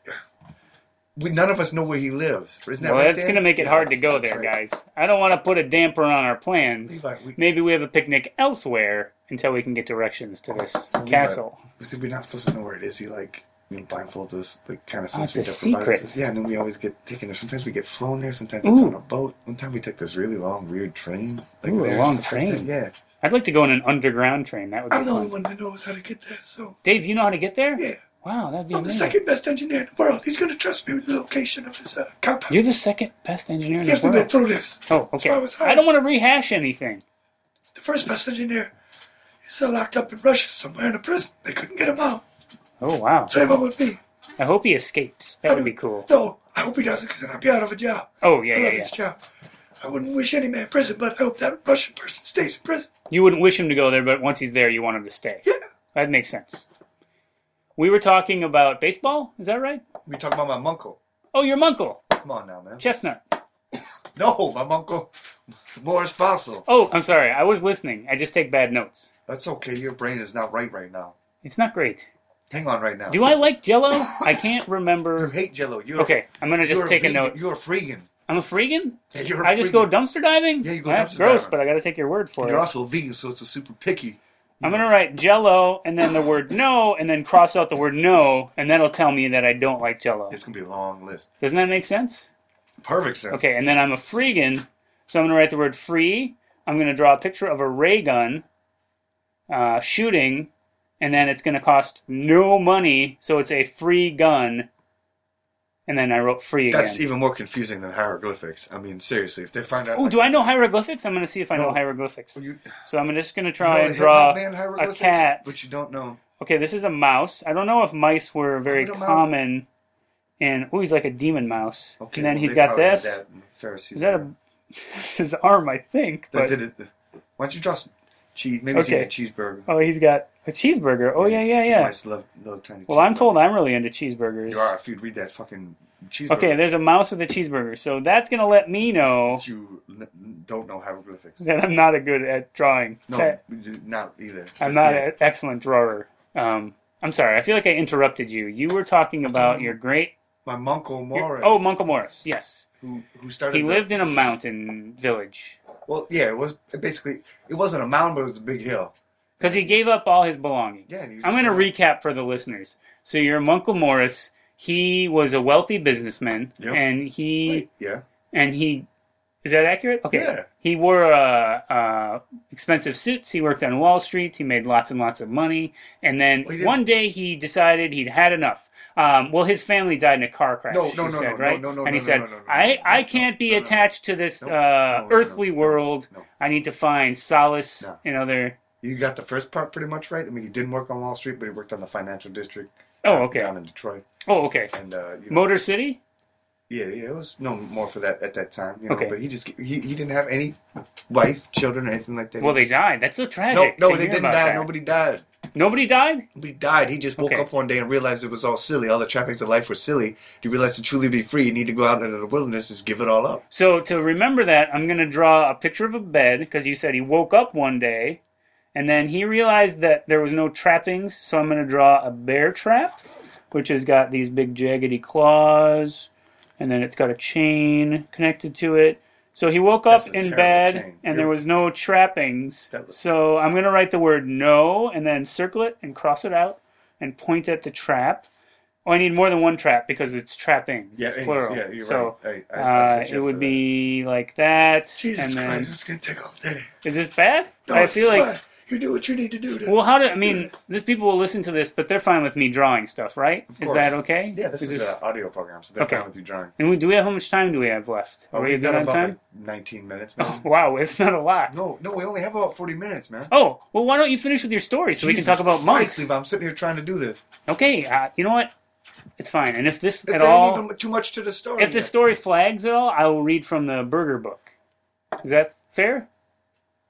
S2: we, none of us know where he lives. Isn't that
S1: Well,
S2: right
S1: that's
S2: there?
S1: going to make it
S2: Yeah,
S1: hard to
S2: that's-
S1: go
S2: that's
S1: there,
S2: right.
S1: guys. I don't want to put a damper on our plans.
S2: Levi, we-
S1: Maybe we have a picnic elsewhere until we can get directions to this
S2: Levi,
S1: castle.
S2: we said we're not supposed to know where it is. He like you know, blindfolds us, like kind of since
S1: Oh, it's
S2: we
S1: a
S2: deprived us.
S1: secret.
S2: Yeah, and then we always get taken there. Sometimes we get flown there. Sometimes it's
S1: Ooh.
S2: on a boat. One time we took this really long, weird train. Like
S1: Ooh, a
S2: there and
S1: long
S2: stuff like that.
S1: train.
S2: yeah,
S1: I'd like to go in an underground train. That would be
S2: I'm the only
S1: fun.
S2: one that knows how to get there. So
S1: Dave, you know how to get there?
S2: yeah.
S1: Wow, that'd be
S2: I'm the
S1: amazing.
S2: second best engineer in the world. He's going to trust me with the location of his uh, compound.
S1: You're the second best engineer in
S2: yes,
S1: the
S2: we've been
S1: world.
S2: through this.
S1: Oh,
S2: That's
S1: okay.
S2: why I was
S1: I
S2: hired.
S1: don't want to rehash anything.
S2: The first best engineer is uh, locked up in Russia somewhere in a prison. They couldn't get him out.
S1: Oh, wow.
S2: So they went with me.
S1: I hope he escapes. That would be cool.
S2: No, I hope he doesn't because then I'd be out of a job.
S1: Oh, yeah,
S2: I
S1: yeah,
S2: love
S1: yeah.
S2: this job. I wouldn't wish any man in prison, but I hope that Russian person stays in prison.
S1: You wouldn't wish him to go there, but once he's there, you want him to stay.
S2: Yeah.
S1: That makes sense. We were talking about baseball. Is that right?
S2: We talking about my uncle.
S1: Oh, your uncle,
S2: Come on now, man.
S1: Chestnut.
S2: No, my uncle, Morris Fossil.
S1: Oh, I'm sorry. I was listening. I just take bad notes.
S2: That's okay. Your brain is not right right now.
S1: It's not great.
S2: Hang on right now.
S1: Do I like Jello? I can't
S2: You
S1: remember.
S2: hate Jello. You're
S1: Okay, I'm gonna just
S2: you're
S1: take a
S2: vegan-
S1: note.
S2: You're a freegan.
S1: I'm a freegan.
S2: Yeah, you're a
S1: I just
S2: freaking-
S1: go dumpster diving.
S2: Yeah, you go
S1: That's
S2: dumpster
S1: gross,
S2: diving.
S1: but I got to take your word for
S2: You're
S1: it.
S2: also a vegan, so it's a super picky.
S1: I'm gonna write Jello and then the word no, and then cross out the word no, and that'll tell me that I don't like Jello.
S2: It's gonna be a long list.
S1: Doesn't that make sense?
S2: Perfect sense.
S1: Okay, and then I'm a freegan, so I'm gonna write the word free. I'm gonna draw a picture of a ray gun uh, shooting, and then it's gonna cost no money, so it's a free gun. And then I wrote free again.
S2: That's even more confusing than hieroglyphics. I mean, seriously, if they find out.
S1: Oh, do I know hieroglyphics? I'm gonna see if I know
S2: No.
S1: hieroglyphics.
S2: You-
S1: So I'm just gonna
S2: you
S1: try
S2: know
S1: and
S2: the Hip Hop
S1: draw
S2: Man
S1: a
S2: hieroglyphics?
S1: cat.
S2: But you don't know.
S1: Okay, this is a mouse. I don't know if mice were very
S2: don't know.
S1: common. And oh, he's like a demon mouse.
S2: Okay,
S1: and then
S2: well,
S1: he's
S2: they
S1: got
S2: probably had
S1: this.
S2: That in Pharisees.
S1: Is that a? It's his arm, I think.
S2: They
S1: But
S2: did it. Why don't you draw some cheese? Maybe it's
S1: Okay.
S2: eating a cheeseburger.
S1: oh, he's got a cheeseburger. Oh yeah, yeah,
S2: It's
S1: yeah.
S2: nice little, little tiny
S1: Well, I'm
S2: cheeseburger.
S1: told I'm really into cheeseburgers.
S2: You are. If you'd read that fucking cheeseburger.
S1: Okay, there's a mouse with a cheeseburger, so that's gonna let me know
S2: that you n- don't know hieroglyphics.
S1: that I'm not a good at drawing.
S2: No,
S1: That
S2: not either.
S1: I'm not
S2: Yeah.
S1: an excellent drawer. Um, I'm sorry. I feel like I interrupted you. You were talking about your great.
S2: My Uncle Morris,
S1: Your, oh, Uncle Morris. Yes.
S2: who who started.
S1: He
S2: the-
S1: lived in a mountain village
S2: Well, yeah, it was basically it wasn't a mountain, but it was a big hill.
S1: because he gave up all his belongings.
S2: Yeah, and he was-
S1: I'm going to recap for the listeners. So your Uncle Morris, he was a wealthy businessman,
S2: Yep.
S1: and he
S2: Yeah,
S1: and he is that accurate? Okay.
S2: Yeah.
S1: He wore uh, uh, expensive suits. He worked on Wall Street. He made lots and lots of money. And then
S2: Well, he didn't-
S1: one day he decided he'd had enough. Um, well, his family died in a car crash.
S2: No, no,
S1: he
S2: no, no,
S1: said,
S2: no,
S1: right?
S2: no, no,
S1: And he
S2: no,
S1: said,
S2: no, no, no,
S1: "I,
S2: no,
S1: I
S2: no,
S1: can't be
S2: no, no, no.
S1: attached to this
S2: Nope.
S1: uh,
S2: No, no, no,
S1: earthly
S2: no, no,
S1: world.
S2: no.
S1: I need to find solace
S2: No.
S1: in other."
S2: you got the first part pretty much right. I mean, he didn't work on Wall Street, but he worked on the financial district.
S1: Oh,
S2: uh,
S1: okay.
S2: Down in Detroit,
S1: Oh, okay.
S2: and uh, you know,
S1: Motor City.
S2: yeah, yeah, it was no more for that at that time. You know,
S1: Okay.
S2: but he just he, he didn't have any wife, children, or anything like that.
S1: Well,
S2: He
S1: they
S2: just-
S1: died. That's so
S2: No,
S1: tragic.
S2: no,
S1: to
S2: they
S1: hear
S2: didn't
S1: about
S2: die.
S1: that.
S2: Nobody died.
S1: Nobody died.
S2: Nobody died. He just woke
S1: Okay.
S2: up one day and realized it was all silly. All the trappings of life were silly. He realized to truly be free, you need to go out into the wilderness, just give it all up.
S1: So to remember that, I'm going to draw a picture of a bed because you said he woke up one day and then he realized that there was no trappings, so I'm going to draw a bear trap, which has got these big jaggedy claws and then it's got a chain connected to it. So he woke up
S2: That's a
S1: in
S2: terrible
S1: bed
S2: chain.
S1: and
S2: You're-
S1: there was no trappings.
S2: That was-
S1: So I'm going to write the word no and then circle it and cross it out and point at the trap. Oh, I need more than one trap because it's trappings. it's
S2: and-
S1: plural.
S2: Yeah, you're
S1: so,
S2: right. I- I- I
S1: uh,
S2: set you
S1: it
S2: up
S1: would
S2: for
S1: be like that.
S2: that. Jesus
S1: and then,
S2: Christ, it's gonna take all day.
S1: is this bad?
S2: No,
S1: I feel
S2: swear,
S1: like
S2: you do what you need to do. To,
S1: well, how do I mean? These people will listen to this, but they're fine with me drawing stuff, right? Is
S2: course.
S1: that okay?
S2: yeah, this is an audio program, so they're
S1: Okay.
S2: fine with you drawing.
S1: And we do we have how much time do we have left? Are
S2: Oh,
S1: we
S2: we've
S1: good on
S2: about
S1: time?
S2: like 19 minutes,
S1: Oh,
S2: man.
S1: wow, it's not a lot.
S2: No, no, we only have about 40 minutes, man.
S1: Oh well, why don't you finish with your story so we can
S2: Jesus
S1: talk about
S2: Christ,
S1: monks?
S2: Levi, I'm sitting here trying to do this.
S1: Okay, uh, you know what? It's fine. And if this
S2: If
S1: at
S2: there ain't
S1: all,
S2: even too much to the story.
S1: if the
S2: yet.
S1: story flags at all, I will read from the Burger Book. Is that fair?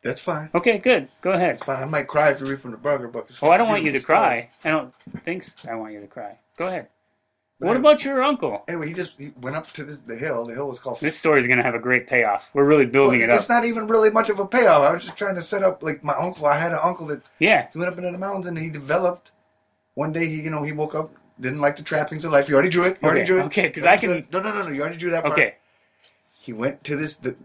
S2: that's fine.
S1: Okay, good. Go ahead.
S2: Fine, I might cry if you read from the burger book.
S1: Oh, I don't want you to
S2: It's fine.
S1: cry. I don't think s- I want you to cry. Go ahead.
S2: But
S1: What
S2: I-
S1: about your uncle?
S2: Anyway, he just he went up to this, the hill. The hill was called.
S1: This story's going to have a great payoff. We're really
S2: Well,
S1: building it up.
S2: It's not even really much of a payoff. I was just trying to set up like my uncle. I had an uncle that
S1: yeah.
S2: he went up into the mountains and he developed. One day he, you know, he woke up, didn't like the trappings of life. You already drew it. You already
S1: Okay,
S2: drew it.
S1: okay, 'cause
S2: You already
S1: I
S2: drew
S1: can-
S2: it. No, no, no, no. You already drew that. Part.
S1: Okay.
S2: He went to this, the,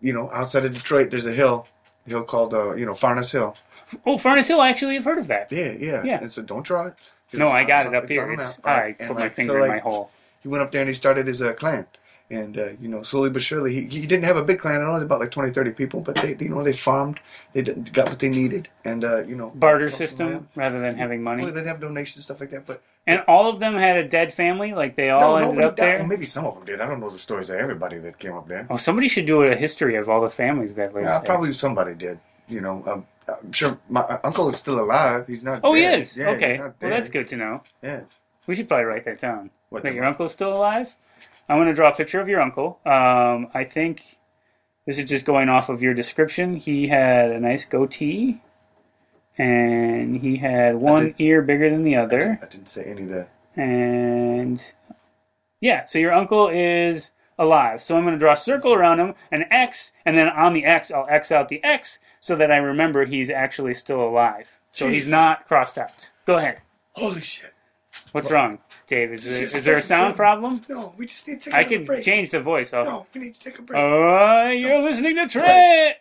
S2: you know, outside of Detroit. There's a hill, a hill called, uh, you know, Farnes Hill.
S1: Oh, Furnace Hill, I actually have heard of that.
S2: Yeah, yeah.
S1: Yeah.
S2: And so don't draw it.
S1: No,
S2: It's
S1: I
S2: on-
S1: got
S2: on-
S1: it up
S2: on
S1: here.
S2: the map.
S1: It's,
S2: All
S1: I
S2: And,
S1: put my
S2: like, so,
S1: finger in
S2: like,
S1: my hole.
S2: he went up there and he started his uh, clan. And, uh, you know, slowly but surely, he, he didn't have a big clan at all, It was about like 20, 30 people, but they, you know, they farmed, they did, got what they needed, and, uh, you know.
S1: Barter
S2: helped them out.
S1: system rather than having
S2: Well,
S1: money.
S2: they'd have donations, stuff like that, but.
S1: And all of them had a dead family? Like they all
S2: no,
S1: ended
S2: nobody
S1: up
S2: died.
S1: there?
S2: Well, maybe some of them did. I don't know the stories of everybody that came up there.
S1: Oh, somebody should do a history of all the families that lived
S2: Uh,
S1: there.
S2: probably somebody did, you know. Um, I'm sure my uh, uncle is still alive. He's not
S1: Oh, he
S2: dead.
S1: is?
S2: Yeah, he's
S1: okay. Well,
S2: not dead.
S1: that's good to know.
S2: Yeah.
S1: We should probably write that down.
S2: What
S1: that
S2: the-
S1: your uncle's still alive? I'm going to draw a picture of your uncle. Um, I think this is just going off of your description. He had a nice goatee, and he had one
S2: did-
S1: ear bigger than the other.
S2: I didn't say any of that.
S1: And yeah, so your uncle is alive. So I'm going to draw a circle around him, an X, and then on the X, I'll X out the X so that I remember he's actually still alive. So he's
S2: Jeez.
S1: not crossed out. Go ahead.
S2: Holy shit.
S1: What's wrong, Dave? Is there,
S2: Just
S1: is there a
S2: take a
S1: sound
S2: break.
S1: problem?
S2: No, we just need to take
S1: I
S2: another
S1: could
S2: break.
S1: change the voice. Off.
S2: No, we need to take a break.
S1: Uh, you're listening to Trent.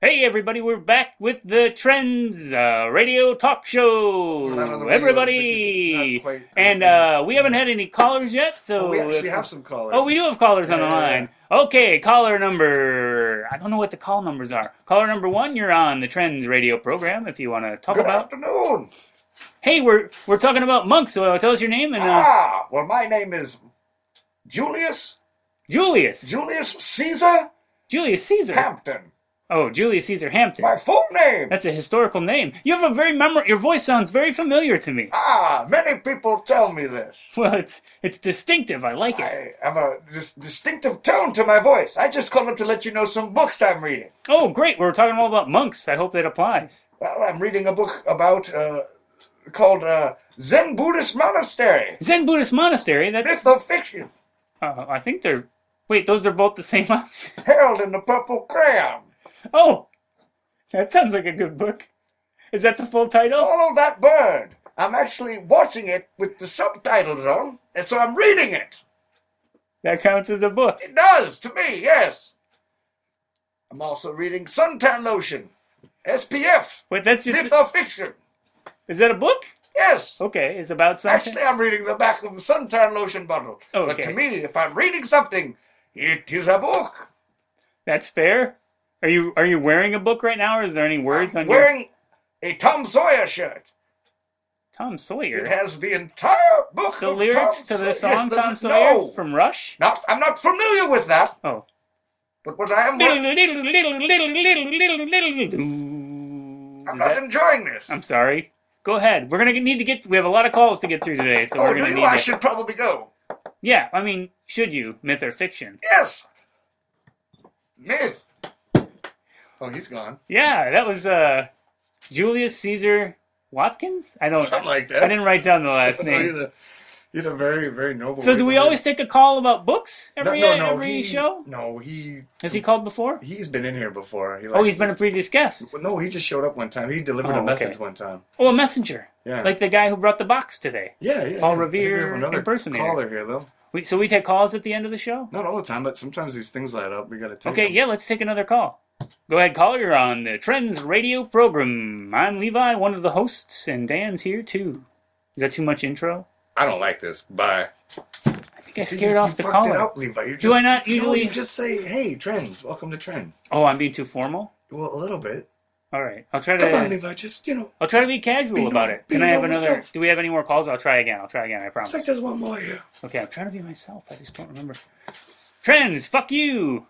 S1: Hey, everybody, we're back with the Trends uh, Radio Talk
S2: We're
S1: Show.
S2: not on the radio, it's
S1: Everybody,
S2: not quite-
S1: and uh, we haven't had any callers yet, so
S2: Oh, we actually
S1: if-
S2: have some callers.
S1: Oh, we do have callers on the
S2: Yeah.
S1: line. Okay, caller number. I don't know what the call numbers are. Caller number one, you're on the Trends Radio program. If you want to talk
S2: Good
S1: about,
S2: afternoon.
S1: hey, we're we're talking about monks. So uh, tell us your name and uh,
S2: Ah, well, my name is Julius
S1: Julius.
S2: Julius Caesar
S1: Julius Caesar.
S2: Hampton.
S1: oh, Julius Caesar Hampton.
S2: My full name.
S1: That's a historical name. You have a very memor. Your voice sounds very familiar to me.
S2: Ah, many people tell me this.
S1: Well, it's it's distinctive. I like it.
S2: I have a dis- distinctive tone to my voice. I just called up to let you know some books I'm reading.
S1: Oh, great. We're talking all about monks. I hope that applies.
S2: Well, I'm reading a book about uh, called uh, Zen Buddhist Monastery.
S1: Zen Buddhist Monastery. That's.
S2: Myth of fiction,
S1: Uh, I think they're. Wait, those are both the same option.
S2: Harold in the Purple Crayon.
S1: Oh, that sounds like a good book. Is that the full title?
S2: Follow that bird. I'm actually watching it with the subtitles on, and so I'm reading it.
S1: That counts as a book.
S2: It does to me, yes. I'm also reading Suntan Lotion, SPF,
S1: Wait, that's just.
S2: Myth of Fiction.
S1: Is that a book?
S2: Yes.
S1: Okay, it's about something.
S2: Actually, I'm reading the back of the suntan lotion bottle.
S1: Oh,
S2: But
S1: okay.
S2: to me, if I'm reading something, it is a book.
S1: That's fair. Are you are you wearing a book right now, or is there any words
S2: I'm
S1: on your
S2: wearing a Tom Sawyer shirt.
S1: Tom
S2: It
S1: Sawyer?
S2: has the entire book.
S1: The
S2: of
S1: lyrics
S2: Tom
S1: to the
S2: Saw- yes,
S1: song
S2: the-
S1: Tom Sawyer
S2: No,
S1: from Rush.
S2: not, I'm not familiar with that.
S1: Oh.
S2: But what I am, I'm
S1: I'm
S2: not enjoying this.
S1: I'm sorry. Go ahead. We're gonna need to get. We have a lot of calls to get through today, so
S2: oh,
S1: we're
S2: do
S1: gonna
S2: you?
S1: need.
S2: I
S1: to-
S2: should probably go.
S1: Yeah, I mean, should you myth or fiction?
S2: Yes. Myth. Oh, he's gone.
S1: Yeah, that was uh, Julius Caesar Watkins. I don't.
S2: Something like that.
S1: Oh,
S2: Oh,
S1: I didn't write down the last
S2: You're
S1: name.
S2: the- you're the very, very noble.
S1: So do we always take a call about books every
S2: no, no,
S1: every
S2: he-
S1: show?
S2: No, he
S1: Has he called before?
S2: He's been in here before. He
S1: Oh,
S2: likes-
S1: he's been a previous guest.
S2: No, he just showed up one time. He delivered
S1: Oh,
S2: a message
S1: okay.
S2: one time.
S1: Oh, a messenger.
S2: Yeah.
S1: Like the guy who brought the box today.
S2: Yeah, yeah.
S1: Paul
S2: yeah. I think we have
S1: Revere
S2: another
S1: impersonator.
S2: Caller here though.
S1: We, so we take calls at the end of the show.
S2: Not all the time, but sometimes these things light up. We gotta take.
S1: Okay,
S2: them.
S1: yeah, let's take another call. Go ahead, caller. You're on the Trends Radio program. I'm Levi, one of the hosts, and Dan's here too. Is that too much intro?
S2: I don't like this. Bye.
S1: I think I scared off the
S2: fucked
S1: caller.
S2: It up, Levi. You're just,
S1: I not
S2: No,
S1: usually-
S2: you just say, "Hey, trends. Welcome to trends."
S1: Oh, I'm being too formal.
S2: Well, a little bit.
S1: All right, I'll try to.
S2: Come on, Levi. Just you know,
S1: I'll try to be casual
S2: Be
S1: about
S2: no-
S1: it.
S2: be
S1: Can I have
S2: no
S1: another?
S2: yourself.
S1: Do we have any more calls? I'll try again. I'll try again. I
S2: it's
S1: promise.
S2: like there's one more here.
S1: Okay, I'm trying to be myself. I just don't remember. Trends, fuck you.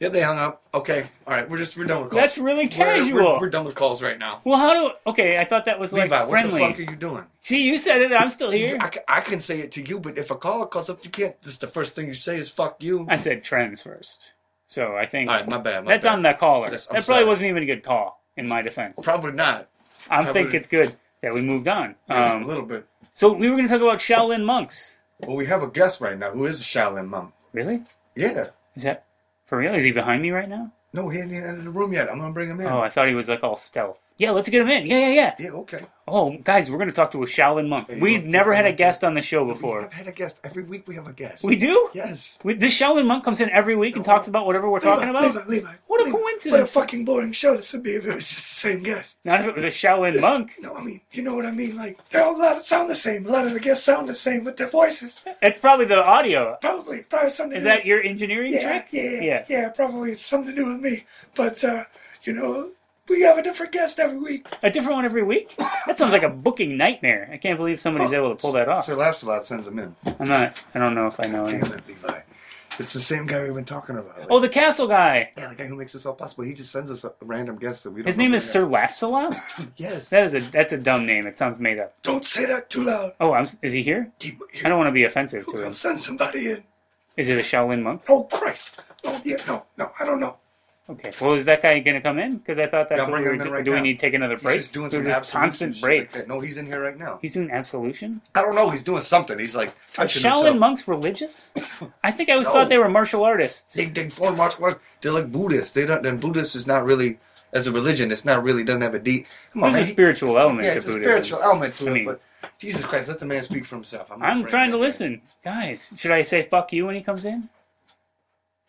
S2: Yeah, they hung up. Okay, all right. We're just we're done with calls.
S1: That's really
S2: We're-
S1: casual.
S2: We're, we're done with calls right now.
S1: well, how do? Okay, I thought that was like
S2: Levi, what
S1: friendly.
S2: the fuck are you doing?
S1: See, you said it. I'm still here.
S2: I, ca- I can say it to you, but if a caller calls up, you can't. Just the first thing you say is "fuck you."
S1: I said trends first, so I think
S2: All right, my bad. My
S1: that's
S2: bad.
S1: on the caller.
S2: Yes,
S1: that
S2: I'm
S1: probably
S2: sorry.
S1: wasn't even a good call, in my defense.
S2: Probably not.
S1: I think
S2: probably-
S1: it's good that we moved on.
S2: a
S1: Um,
S2: little bit.
S1: so we were going to talk about Shaolin monks.
S2: Well, we have a guest right now who is a Shaolin monk.
S1: Really?
S2: Yeah.
S1: Is that for real? Is he behind me right now?
S2: No, he ain't even out of the room yet. I'm gonna bring him in.
S1: Oh, I thought he was like all stealth. Yeah, let's get him in. Yeah, yeah, yeah.
S2: yeah. Okay.
S1: Oh, guys, we're going to talk to a Shaolin monk.
S2: Hey,
S1: We've
S2: look,
S1: never had a
S2: look,
S1: guest on the show
S2: we
S1: before.
S2: have had a guest every week. We have a guest.
S1: We do?
S2: Yes.
S1: We, this Shaolin monk comes in every week and talks about whatever we're talking
S2: Levi,
S1: about?
S2: Levi, Levi,
S1: What a
S2: Levi.
S1: coincidence.
S2: What a fucking boring show this would be if it was just the same guest.
S1: Not if it was a Shaolin monk.
S2: No, I mean, you know what I mean. Like, they all a lot sound the same. A lot of the guests sound the same with their voices.
S1: It's probably the audio.
S2: Probably, probably something.
S1: Is
S2: to do
S1: that your engineering
S2: yeah,
S1: trick?
S2: yeah,
S1: Yeah.
S2: yeah, yeah, probably it's something to do with me. But uh, you know, we have a different guest every week.
S1: A different one every week? That sounds like a booking nightmare. I can't believe somebody's able to pull that off.
S2: Laughs a lot sends him in.
S1: I'm not, I don't know if I know. any-
S2: it, Levi. It's the same guy we've been talking about.
S1: Oh, the castle guy.
S2: yeah, the guy who makes this all possible. He just sends us a random guest that we don't.
S1: His
S2: know
S1: name
S2: who
S1: is
S2: they
S1: Sir Laughsalot.
S2: are. Yes.
S1: That is a that's a dumb name. It sounds made up.
S2: Don't say that too loud.
S1: Oh, I'm, is he here?
S2: He,
S1: I don't want to be offensive to
S2: will
S1: him.
S2: send somebody in.
S1: Is it a Shaolin monk?
S2: Oh Christ! Oh yeah, no, no, I don't know.
S1: Okay. Well, is that guy going to come in? Because I thought that's
S2: I'll
S1: what
S2: bring
S1: we were
S2: him in
S1: do-
S2: right
S1: Do we
S2: now.
S1: need to take another break?
S2: He's just doing
S1: We're
S2: some
S1: just
S2: absolute
S1: constant
S2: shit like
S1: breaks.
S2: that. No, he's in here right now.
S1: He's doing absolution.
S2: I don't know. He's doing something. He's like
S1: Are
S2: touching
S1: Shaolin
S2: himself.
S1: monks religious? I think I always
S2: No.
S1: thought they were martial artists.
S2: They, they form martial arts. They're like Buddhists. They don't. And Buddhist is not really as a religion. It's not really doesn't have a deep. Come on,
S1: There's a
S2: man.
S1: spiritual element
S2: yeah,
S1: to
S2: it's a
S1: Buddhism.
S2: spiritual element to
S1: I
S2: it.
S1: mean-
S2: but Jesus Christ, let the man speak for himself. not
S1: I'm
S2: bringing
S1: trying to
S2: that in.
S1: listen, guys. Should I say "fuck you" when he comes in?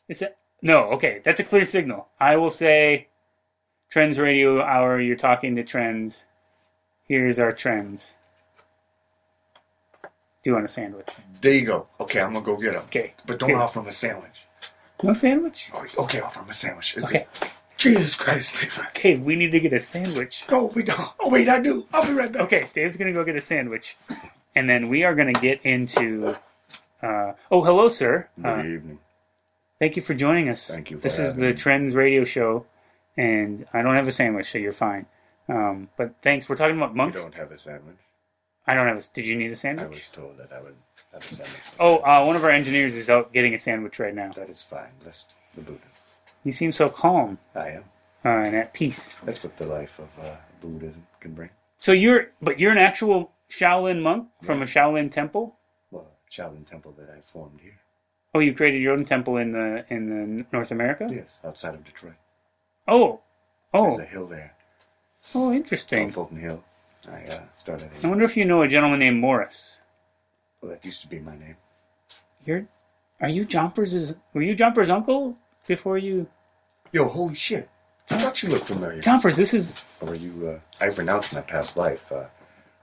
S1: Is that no? Okay, that's a clear signal. I will say, Trends Radio Hour. You're talking to Trends. Here's our trends. Do you want a sandwich?
S2: There you go. Okay, I'm gonna go get him.
S1: Okay.
S2: But don't
S1: Here.
S2: offer him a sandwich.
S1: No sandwich.
S2: Oh, okay, offer him a sandwich. It's
S1: Okay.
S2: just- Jesus Christ, Levi.
S1: Dave, we need to get a sandwich.
S2: No, we don't. Oh wait, I do. I'll be right back.
S1: Okay, Dave's gonna go get a sandwich, and then we are gonna get into. Uh, oh, hello, sir. Uh,
S2: Good evening.
S1: Thank you for joining us.
S2: Thank you for
S1: this is
S2: having
S1: the
S2: me.
S1: Trends Radio Show, and I don't have a sandwich, so you're fine. Um, but thanks. We're talking about
S2: We
S1: monks.
S2: don't have a sandwich.
S1: I don't have a. Did you need a
S2: I
S1: sandwich?
S2: was told that I would have a sandwich.
S1: Oh, uh, one of our engineers is out getting a sandwich right now.
S2: That is fine. That's the Buddha.
S1: He seems so calm
S2: I am.
S1: uh, and at peace.
S2: That's what the life of uh, Buddhism can bring.
S1: So you're, but you're an actual Shaolin monk from a Shaolin temple.
S2: Well, Shaolin temple that I formed here.
S1: Oh, you created your own temple in the in the North America.
S2: Yes, outside of Detroit.
S1: Oh,
S2: There's
S1: oh,
S2: a hill there,
S1: oh,
S2: on
S1: interesting.
S2: Fulton Hill. I uh, started
S1: I
S2: it.
S1: wonder if you know a gentleman named Morris.
S2: Well, that used to be my name.
S1: You're, are you Jumper's? Were you Jumper's uncle before you?
S2: Yo, holy shit. I thought you looked familiar.
S1: Jumpers, this is
S2: Or you, uh, I renounced my past life. Uh,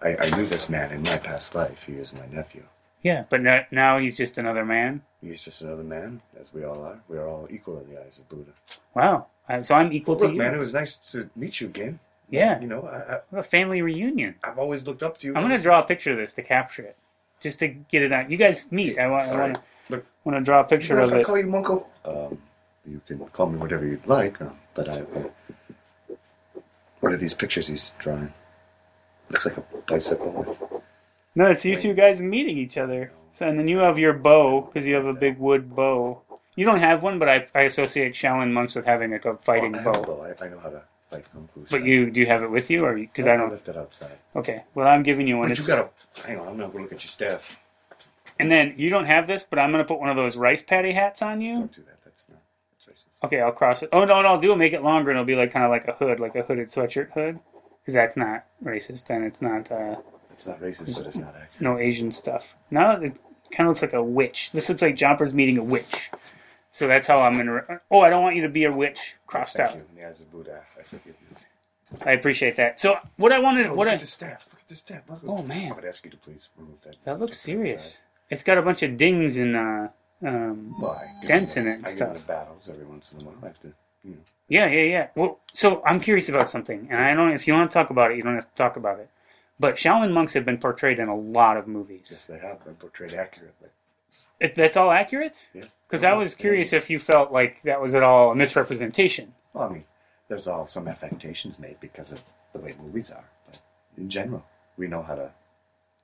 S2: I, I knew this man in my past life. He is my nephew.
S1: yeah, but no, now he's just another man.
S2: He's just another man, as we all are. We are all equal in the eyes of Buddha.
S1: Wow, Uh, so I'm equal
S2: Well,
S1: to
S2: look,
S1: you.
S2: man, it was nice to meet you again.
S1: Yeah,
S2: You know, I, I,
S1: what a family reunion.
S2: I've always looked up to you.
S1: I'm gonna
S2: ever
S1: draw a
S2: since-
S1: picture of this to capture it, just to get it out. You guys meet. I want, I
S2: All
S1: want to,
S2: Look,
S1: want to draw a picture
S2: Well,
S1: of
S2: if I
S1: it.
S2: call you Munko? Um, you can call me whatever you'd like, um, but I. will- What are these pictures he's drawing? Looks like a bicycle with.
S1: No, it's you two guys meeting each other. So, and then you have your bow because you have a big wood bow. You don't have one, but I, I associate Shaolin monks with having like a fighting
S2: Oh, I have a
S1: bow.
S2: bow. I, I know how to fight kung fu.
S1: But you do you have it with you, or because I don't?
S2: left it outside.
S1: Okay, well I'm giving you one.
S2: But
S1: It's-
S2: you gotta. Hang on, I'm gonna go look at your staff.
S1: And then you don't have this, but I'm gonna put one of those rice patty hats on you.
S2: Don't do that. That's not. That's racist.
S1: Okay, I'll cross it. Oh no, no, I'll do it. Make it longer, and it'll be like kind of like a hood, like a hooded sweatshirt hood, because that's not racist and it's not uh,
S2: It's not racist, but it's not accurate.
S1: no Asian stuff. Now it kind of looks like a witch. This looks like Jumper's meeting a witch. So that's how I'm gonna. Re- oh, I don't want you to be a witch. Crossed
S2: Thank
S1: out.
S2: you. In the eyes of Buddha, I forgive you.
S1: I appreciate that. So what I wanted,
S2: Oh,
S1: what
S2: look
S1: I,
S2: at the staff. Look at the staff. Look at-
S1: Oh, man.
S2: I would ask you to please remove that.
S1: that looks serious. It's got a bunch of dings and uh, um,
S2: Why?
S1: Dents in it and
S2: I get in the
S1: stuff.
S2: battles every once in a while. I have to, you know.
S1: Yeah, yeah, yeah. Well, so I'm curious about something, and I don't. If you want to talk about it, you don't have to talk about it. But Shaolin monks have been portrayed in a lot of
S2: Yes,
S1: movies.
S2: they have been portrayed accurately.
S1: It, that's all accurate.
S2: Yeah.
S1: Because I was curious if you felt like that was at all a misrepresentation.
S2: Well, I mean, there's all some affectations made because of the way movies are, but in general, we know how to.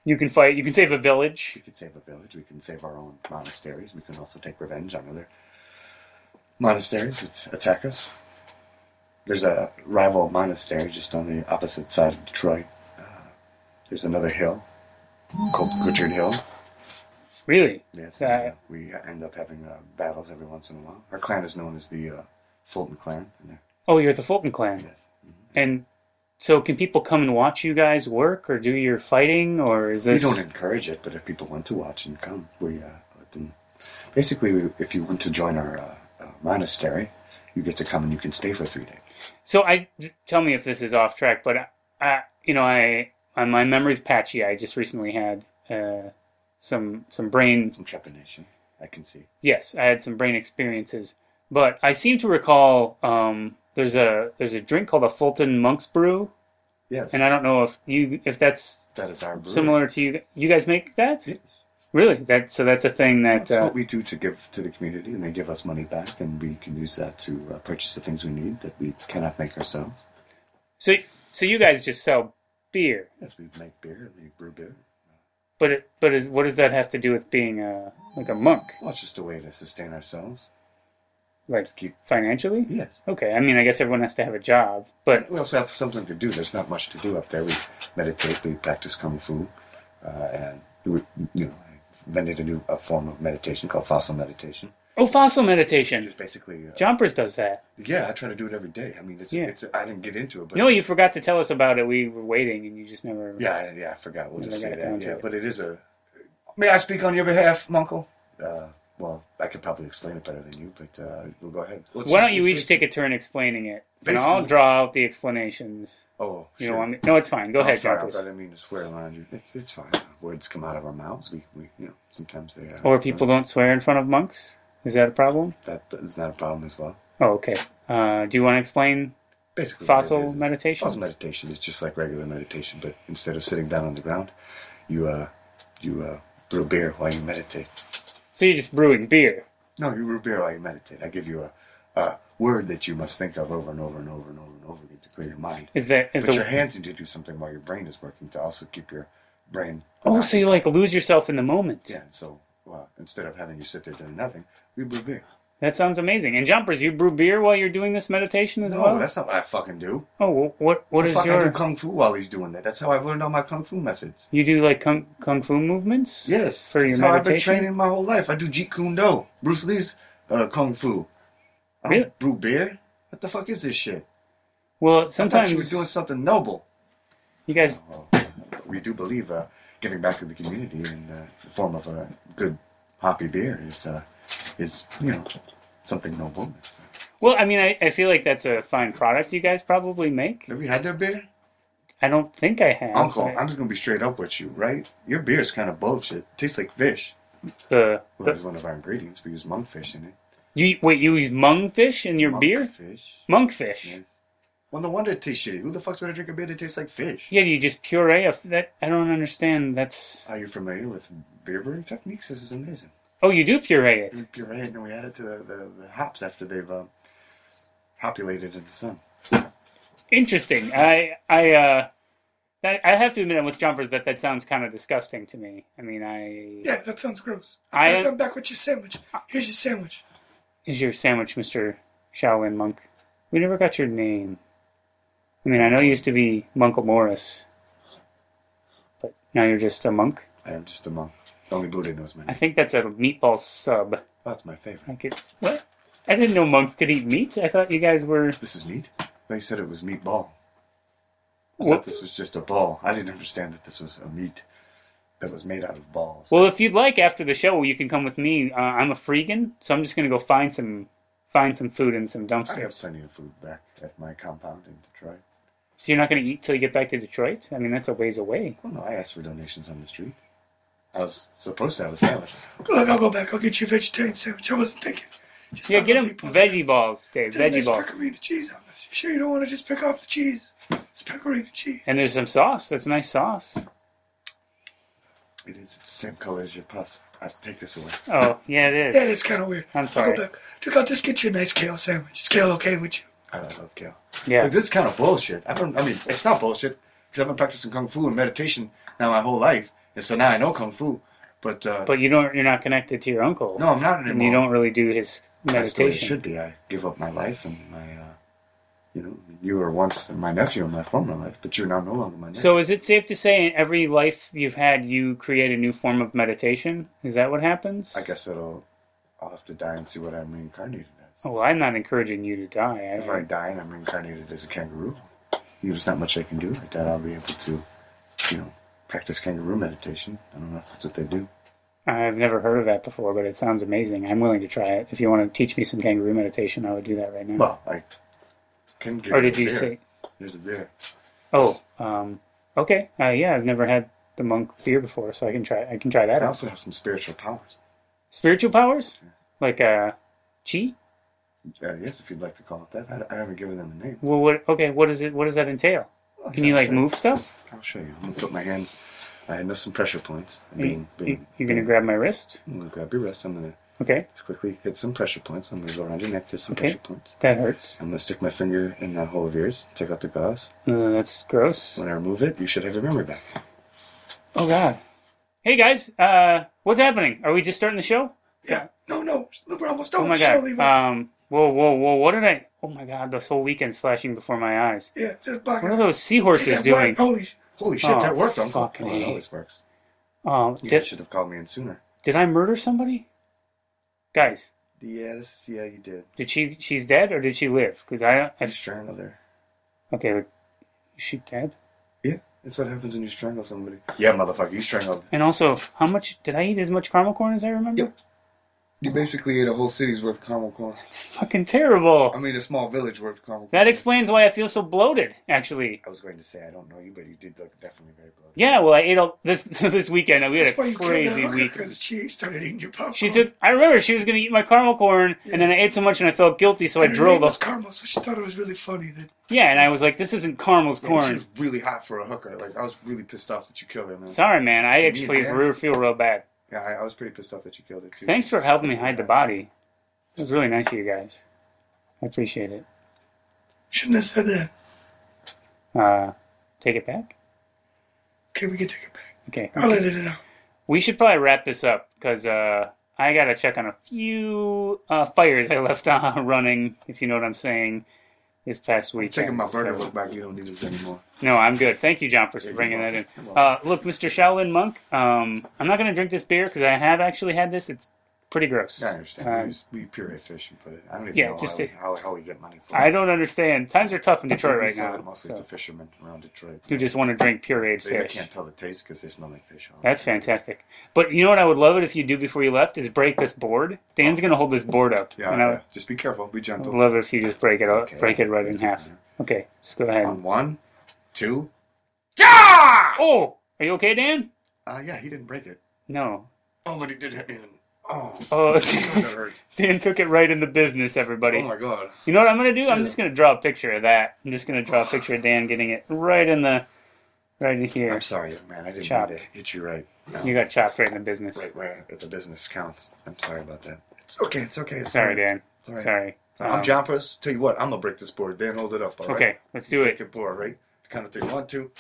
S1: You can fight. You can save a village.
S2: We can save a village. We can save our own monasteries. We can also take revenge on other monasteries that attack us. There's a rival monastery just on the opposite side of Detroit. Uh, there's another hill called Richard Hill.
S1: Really?
S2: Yes,
S1: Uh,
S2: and, uh, we end up having uh, battles every once in a while. Our clan is known as the uh, Fulton Clan. And they're-
S1: Oh, you're at the Fulton clan,
S2: yes.
S1: and so can people come and watch you guys work or do your fighting, or is
S2: We
S1: this?
S2: don't encourage it, but if people want to watch and come, we uh, let them. Basically, we, if you want to join our uh, uh, monastery, you get to come and you can stay for three days.
S1: So I tell me if this is off track, but I, I you know, I uh, my memory's patchy. I just recently had uh, some some brain.
S2: Some trepidation, I can see.
S1: Yes, I had some brain experiences, but I seem to recall um, there's a there's a drink called a Fulton Monk's Brew,
S2: Yes,
S1: and I don't know if you if that's
S2: that is our brewery.
S1: similar to you. You guys make that?
S2: Yes.
S1: Really? That so that's a thing that
S2: That's
S1: uh,
S2: what we do to give to the community, and they give us money back, and we can use that to uh, purchase the things we need that we cannot make ourselves.
S1: so so you guys just sell beer,
S2: Yes, we make beer, we brew beer.
S1: but it, but is what does that have to do with being a like a monk?
S2: Well, it's just a way to sustain ourselves.
S1: Like
S2: Keep
S1: financially?
S2: yes.
S1: Okay, I mean I guess everyone has to have a job, but
S2: We also have something to do. There's not much to do up there. We meditate, we practice kung fu, uh, and we, you know, I invented a new a form of meditation called fossil meditation.
S1: oh, fossil meditation.
S2: It's basically, uh,
S1: Jumpers does that.
S2: yeah, I try to do it every day. I mean, it's,
S1: Yeah.
S2: it's I didn't get into it, but
S1: No, you forgot to tell us about it. We were waiting, and you just never.
S2: Yeah, I- yeah, I forgot. We'll
S1: Never
S2: just say
S1: got
S2: that.
S1: down to
S2: Yeah,
S1: it.
S2: but it is a. May I speak on your behalf, Munkle? Uh, well, I could probably explain it better than you, but uh, we'll go ahead. Let's
S1: Why
S2: just-
S1: don't you
S2: let's
S1: each take a turn explaining it, and
S2: Basically-
S1: I'll draw out the explanations.
S2: do- Oh,
S1: You
S2: sure.
S1: know, no, it's fine. Go
S2: I'm
S1: ahead,
S2: Oh, sorry, I
S1: Jumpers.
S2: didn't mean to swear around you. It's, it's fine. Words come out of our mouths. We, we you know, sometimes they. Uh,
S1: Or people don't swear in front of monks. Is that a problem?
S2: That is not a problem as well.
S1: Oh, okay. Uh, do you want to explain?
S2: Basically, what
S1: Fossil
S2: it is is-
S1: meditation?
S2: Fossil meditation is just like regular meditation, but instead of sitting down on the ground, you uh, you uh, brew beer while you meditate.
S1: So you're just brewing beer.
S2: No, you root beer while you meditate. I give you a, a word that you must think of over and over and over and over and over again to clear your mind.
S1: Is that is
S2: But
S1: the
S2: your hands need to do something while your brain is working to also keep your brain.
S1: oh? So you like lose yourself in the moment.
S2: Yeah, and so uh, instead of having you sit there doing nothing, we brew beer.
S1: That sounds amazing. And jumpers, you brew beer while you're doing this meditation as
S2: No,
S1: well.
S2: Oh, that's not what I fucking do.
S1: oh, well, what what
S2: I
S1: is
S2: fucking do
S1: your?
S2: kung fu while he's doing that. That's how I've learned all my kung fu methods.
S1: You do like kung, kung fu movements?
S2: Yes,
S1: For your
S2: that's how I've been
S1: meditation.
S2: training my whole life. I do Jeet Kune Do, Bruce Lee's uh, kung fu. I don't
S1: Really?
S2: brew beer. What the fuck is this shit?
S1: Well,
S2: I thought
S1: sometimes
S2: you were doing something noble.
S1: you guys.
S2: Well, we do believe uh, giving back to the community in uh, the form of a good hoppy beer is, uh, is you know, something noble.
S1: Well, I mean, I, I feel like that's a fine product you guys probably make.
S2: Have you had their beer?
S1: I don't think I have.
S2: Uncle,
S1: I-
S2: I'm just going to be straight up with you, right? Your beer is kind of bullshit. tastes like fish.
S1: the,
S2: Well, that
S1: the
S2: is one of our ingredients. We use monkfish in it.
S1: you wait, you use mungfish in your beer?
S2: Monkfish.
S1: Monkfish.
S2: Yes. Well, no wonder it tastes shitty. Who the fuck's going to drink a beer that tastes like fish?
S1: Yeah, do you just puree a f- that? I don't understand. That's
S2: Are you familiar with beer brewing techniques? This is amazing.
S1: oh, you do puree
S2: We
S1: it.
S2: puree it and then we add it to the, the, the hops after they've uh, hopulated in the sun.
S1: Interesting. I I uh, I I have to admit, I'm with jumpers that that sounds kind of disgusting to me. I mean, I
S3: Yeah, that sounds gross.
S1: I
S3: I
S1: am-
S3: am back with your sandwich. Here's your sandwich.
S1: is your sandwich, Mister Shaolin Monk. We never got your name. I mean, I know you used to be Monkle Morris, but now you're just a monk.
S2: I am just a monk. Only Buddha knows my
S1: I
S2: name.
S1: think that's a meatball sub.
S2: That's my favorite.
S1: I could what? I didn't know monks could eat meat. I thought you guys were.
S2: This is meat. They said it was meatball. I
S1: Well,
S2: thought this was just a ball. I didn't understand that this was a meat that was made out of balls.
S1: well, if you'd like, after the show, you can come with me. Uh, I'm a freegan, so I'm just gonna go find some find some food in some
S2: I have
S1: dumpsters.
S2: plenty of food back at my compound in Detroit.
S1: So you're not gonna eat till you get back to Detroit. I mean, that's a ways away.
S2: Well, Oh, no, I asked for donations on the street. I was supposed to have a sandwich.
S3: Look, I'll go back. I'll get you a vegetarian sandwich. I wasn't thinking. Just
S1: Yeah,
S3: thought
S1: get
S3: I'd
S1: him
S3: be positive.
S1: veggie balls, Dave.
S3: There's a
S1: Veggie
S3: nice
S1: balls,
S3: Pecorino cheese on this. You sure you don't want to just pick off the cheese? It's pecorino cheese.
S1: and there's some sauce. That's nice sauce.
S2: It is the same color as your pus. I have to take this away.
S1: Oh yeah, it
S3: Yeah,
S1: is.
S3: that's kind of weird.
S1: I'm
S3: I'll
S1: sorry.
S3: go back. Look, I'll just get you a nice kale sandwich. Is kale okay with you?
S2: I love kale.
S1: Yeah.
S2: Like, this is kind of bullshit. I've been, I mean, it's not bullshit because I've been practicing kung fu and meditation now my whole life, and so now I know kung fu. But, uh,
S1: But you don't. You're not connected to your uncle.
S2: no, I'm not
S1: and
S2: anymore.
S1: you don't really do his
S2: That's the way it
S1: meditation.
S2: should be. I give up my life and my, uh, you know, you were once my nephew in my former life, but you're now no longer my nephew.
S1: So is it safe to say in every life you've had, you create a new form of meditation? Is that what happens?
S2: I guess that'll, I'll have to die and see what I'm reincarnated as.
S1: Oh, well, I'm not encouraging you to die.
S2: If I
S1: I,
S2: die and I'm reincarnated as a kangaroo, you know, there's not much I can do like that. I'll be able to, you know, practice kangaroo meditation. I don't know if that's what they do.
S1: I've never heard of that before, but it sounds amazing. I'm willing to try it. If you want to teach me some kangaroo meditation, I would do that right now.
S2: Well, I can give
S1: or
S2: you
S1: did
S2: a
S1: you
S2: beer.
S1: say?
S2: There's a beer.
S1: Oh, um, okay. Uh, yeah, I've never had the monk beer before, so I can try. I can try that
S2: I
S1: out.
S2: also have some spiritual powers.
S1: Spiritual powers, like uh, chi.
S2: Uh, yes, if you'd like to call it that. I, I haven't given them a name.
S1: Well, what? Okay, what is it? What does that entail? Can you
S2: I'll
S1: like
S2: show
S1: move stuff?
S2: I'll show you. I'm gonna put my hands I know some pressure points.
S1: You,
S2: Being,
S1: you,
S2: being,
S1: you're going to grab my wrist?
S2: I'm gonna grab your wrist. I'm gonna
S1: Okay.
S2: quickly hit some pressure points. I'm gonna go around your neck, hit some
S1: Okay.
S2: pressure points.
S1: That hurts.
S2: I'm gonna stick my finger in that hole of yours. Take out the gauze.
S1: Uh, that's gross.
S2: When I remove it, you should have your memory back.
S1: Oh, God. Hey, guys. Uh, what's happening? Are we just starting the show?
S5: Yeah. No, no. LeBron was
S1: Oh,
S5: don't
S1: my
S5: surely
S1: God. Um, whoa, whoa, whoa. What did I. Oh, my God. This whole weekend's flashing before my eyes.
S5: Yeah, just block
S1: What
S5: it.
S1: are those seahorses
S5: Yeah,
S1: doing?
S5: black. Holy, holy shit,
S1: Oh,
S5: that worked, Uncle.
S1: fucking
S2: Well, it
S1: A.
S2: always works.
S5: Oh.
S1: Um,
S2: You
S1: did,
S2: should have called me in sooner.
S1: did I murder somebody? Guys,
S2: Yeah, this is, yeah, you did.
S1: did she. She's dead or did she live? Because I.
S2: You
S1: I
S2: strangled her.
S1: okay. Is she dead?
S2: Yeah, that's what happens when you strangle somebody.
S5: Yeah, motherfucker, you strangled.
S1: And also, how much did I eat? As much caramel corn as I remember?
S2: Yep. You basically ate a whole city's worth of caramel corn.
S1: It's fucking terrible.
S2: I mean, a small village worth of caramel corn.
S1: That explains why I feel so bloated, actually.
S2: I was going to say I don't know you, but you did look definitely very bloated.
S1: Yeah, well, I ate all this so this weekend. We had
S5: That's why
S1: a
S5: you killed that
S1: crazy
S5: hooker,
S1: week.
S5: because she started eating your popcorn.
S1: She took. I remember she was going to eat my caramel corn, and then I ate so much, and I felt guilty, so I
S5: And her name
S1: drilled
S5: was
S1: up.
S5: Carmel, so she thought it was really funny that
S1: Yeah, and I was like, "This isn't caramel's
S2: Man, She
S1: corn."
S2: was really hot for a hooker. Like I was really pissed off that you killed her, man.
S1: Sorry, man. I actually
S2: did.
S1: re- feel real bad.
S2: Yeah, I, I was pretty pissed off that you killed her too.
S1: Thanks for helping me hide the body. It was really nice of you guys. I appreciate it.
S5: shouldn't have said that.
S1: Uh, take it back.
S5: Okay, we can take it back.
S1: Okay.
S5: I'll edit it out.
S1: We should probably wrap this up because uh, I gotta check on a few uh, fires I left on running. If you know what I'm saying, this past week.
S2: Taking my burger look back, you don't need this anymore.
S1: No, I'm good. Thank you, Jumpers, for bringing that in. Uh, look, Mr. Shaolin Monk, um, I'm not gonna drink this beer because I have actually had this. It's pretty gross.
S2: Yeah, I understand.
S1: Uh,
S2: we, just, we puree fish and put it. I don't even
S1: Yeah,
S2: know
S1: it's just
S2: how,
S1: a-
S2: how, how we get money for
S1: I
S2: it.
S1: don't understand. Times are tough in
S2: We
S1: Detroit right
S2: sell it
S1: now.
S2: Mostly
S1: So
S2: to fishermen around Detroit.
S1: you just want to drink pureed
S2: They, they
S1: fish.
S2: can't tell the taste because they smell like fish. all the
S1: That's
S2: time.
S1: fantastic. But you know what I would love it if you do before you left is break this board. Dan's gonna hold this board up.
S2: Oh. Yeah,
S1: and I-
S2: yeah. Just be careful. Be
S1: I'd
S2: gentle.
S1: love it if you just break it up,
S2: Okay. Um,
S1: break it right in half. Okay, just go ahead.
S2: On one, two.
S1: Oh, are you okay, Dan?
S2: Uh, yeah, he didn't break it.
S1: No.
S2: Oh, but he did hit me. In. Oh,
S1: Oh,
S2: that hurts.
S1: Dan took it right in the business,
S2: Oh
S1: everybody.
S2: my god.
S1: You know what I'm gonna do? I'm just gonna draw a picture of that. I'm just gonna draw a picture of Dan getting it right in the, right in here.
S2: I'm sorry, young man. I didn't
S1: Chopped.
S2: mean to hit you right. No.
S1: You got chopped right in the business.
S2: right where the business counts. I'm sorry about that. It's okay. It's okay. It's
S1: Sorry,
S2: all
S1: Dan.
S2: right. It's all right.
S1: Sorry.
S2: I'm
S1: Um,
S2: John Press. Tell you what, I'm gonna break this board. Dan, hold it up. All right.
S1: Okay, let's do
S2: Break
S1: it.
S2: your board, right? Count of three. One, two.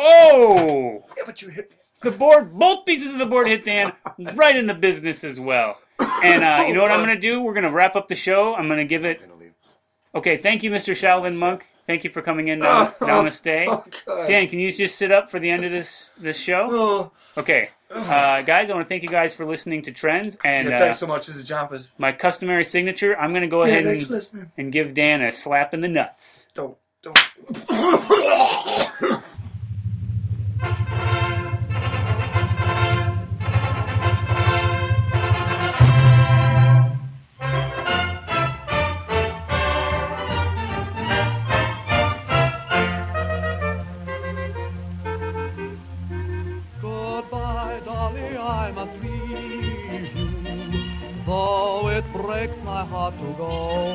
S1: Oh,
S2: Yeah, but you hit me.
S1: the board, both pieces of the board hit Dan right in the business as well. And uh, you know what I'm gonna do? We're gonna wrap up the show. I'm gonna give it
S2: I'm gonna leave.
S1: Okay, thank you, Mr. Shaolin Monk. Thank you for coming in. Nam- Namaste.
S2: Oh god.
S1: Dan, can you just sit up for the end of this this show?
S2: Oh,
S1: Okay, uh, guys, I want to thank you guys for listening to Trends and
S2: yeah,
S1: uh,
S2: thanks so much. This is John Press.
S1: my customary signature. I'm going to go
S5: Yeah,
S1: ahead
S5: thanks for
S1: and,
S5: listening.
S1: and give Dan a slap in the nuts.
S2: Don't, don't.
S6: Goodbye, Dolly, I must leave you. Though it breaks my heart to go,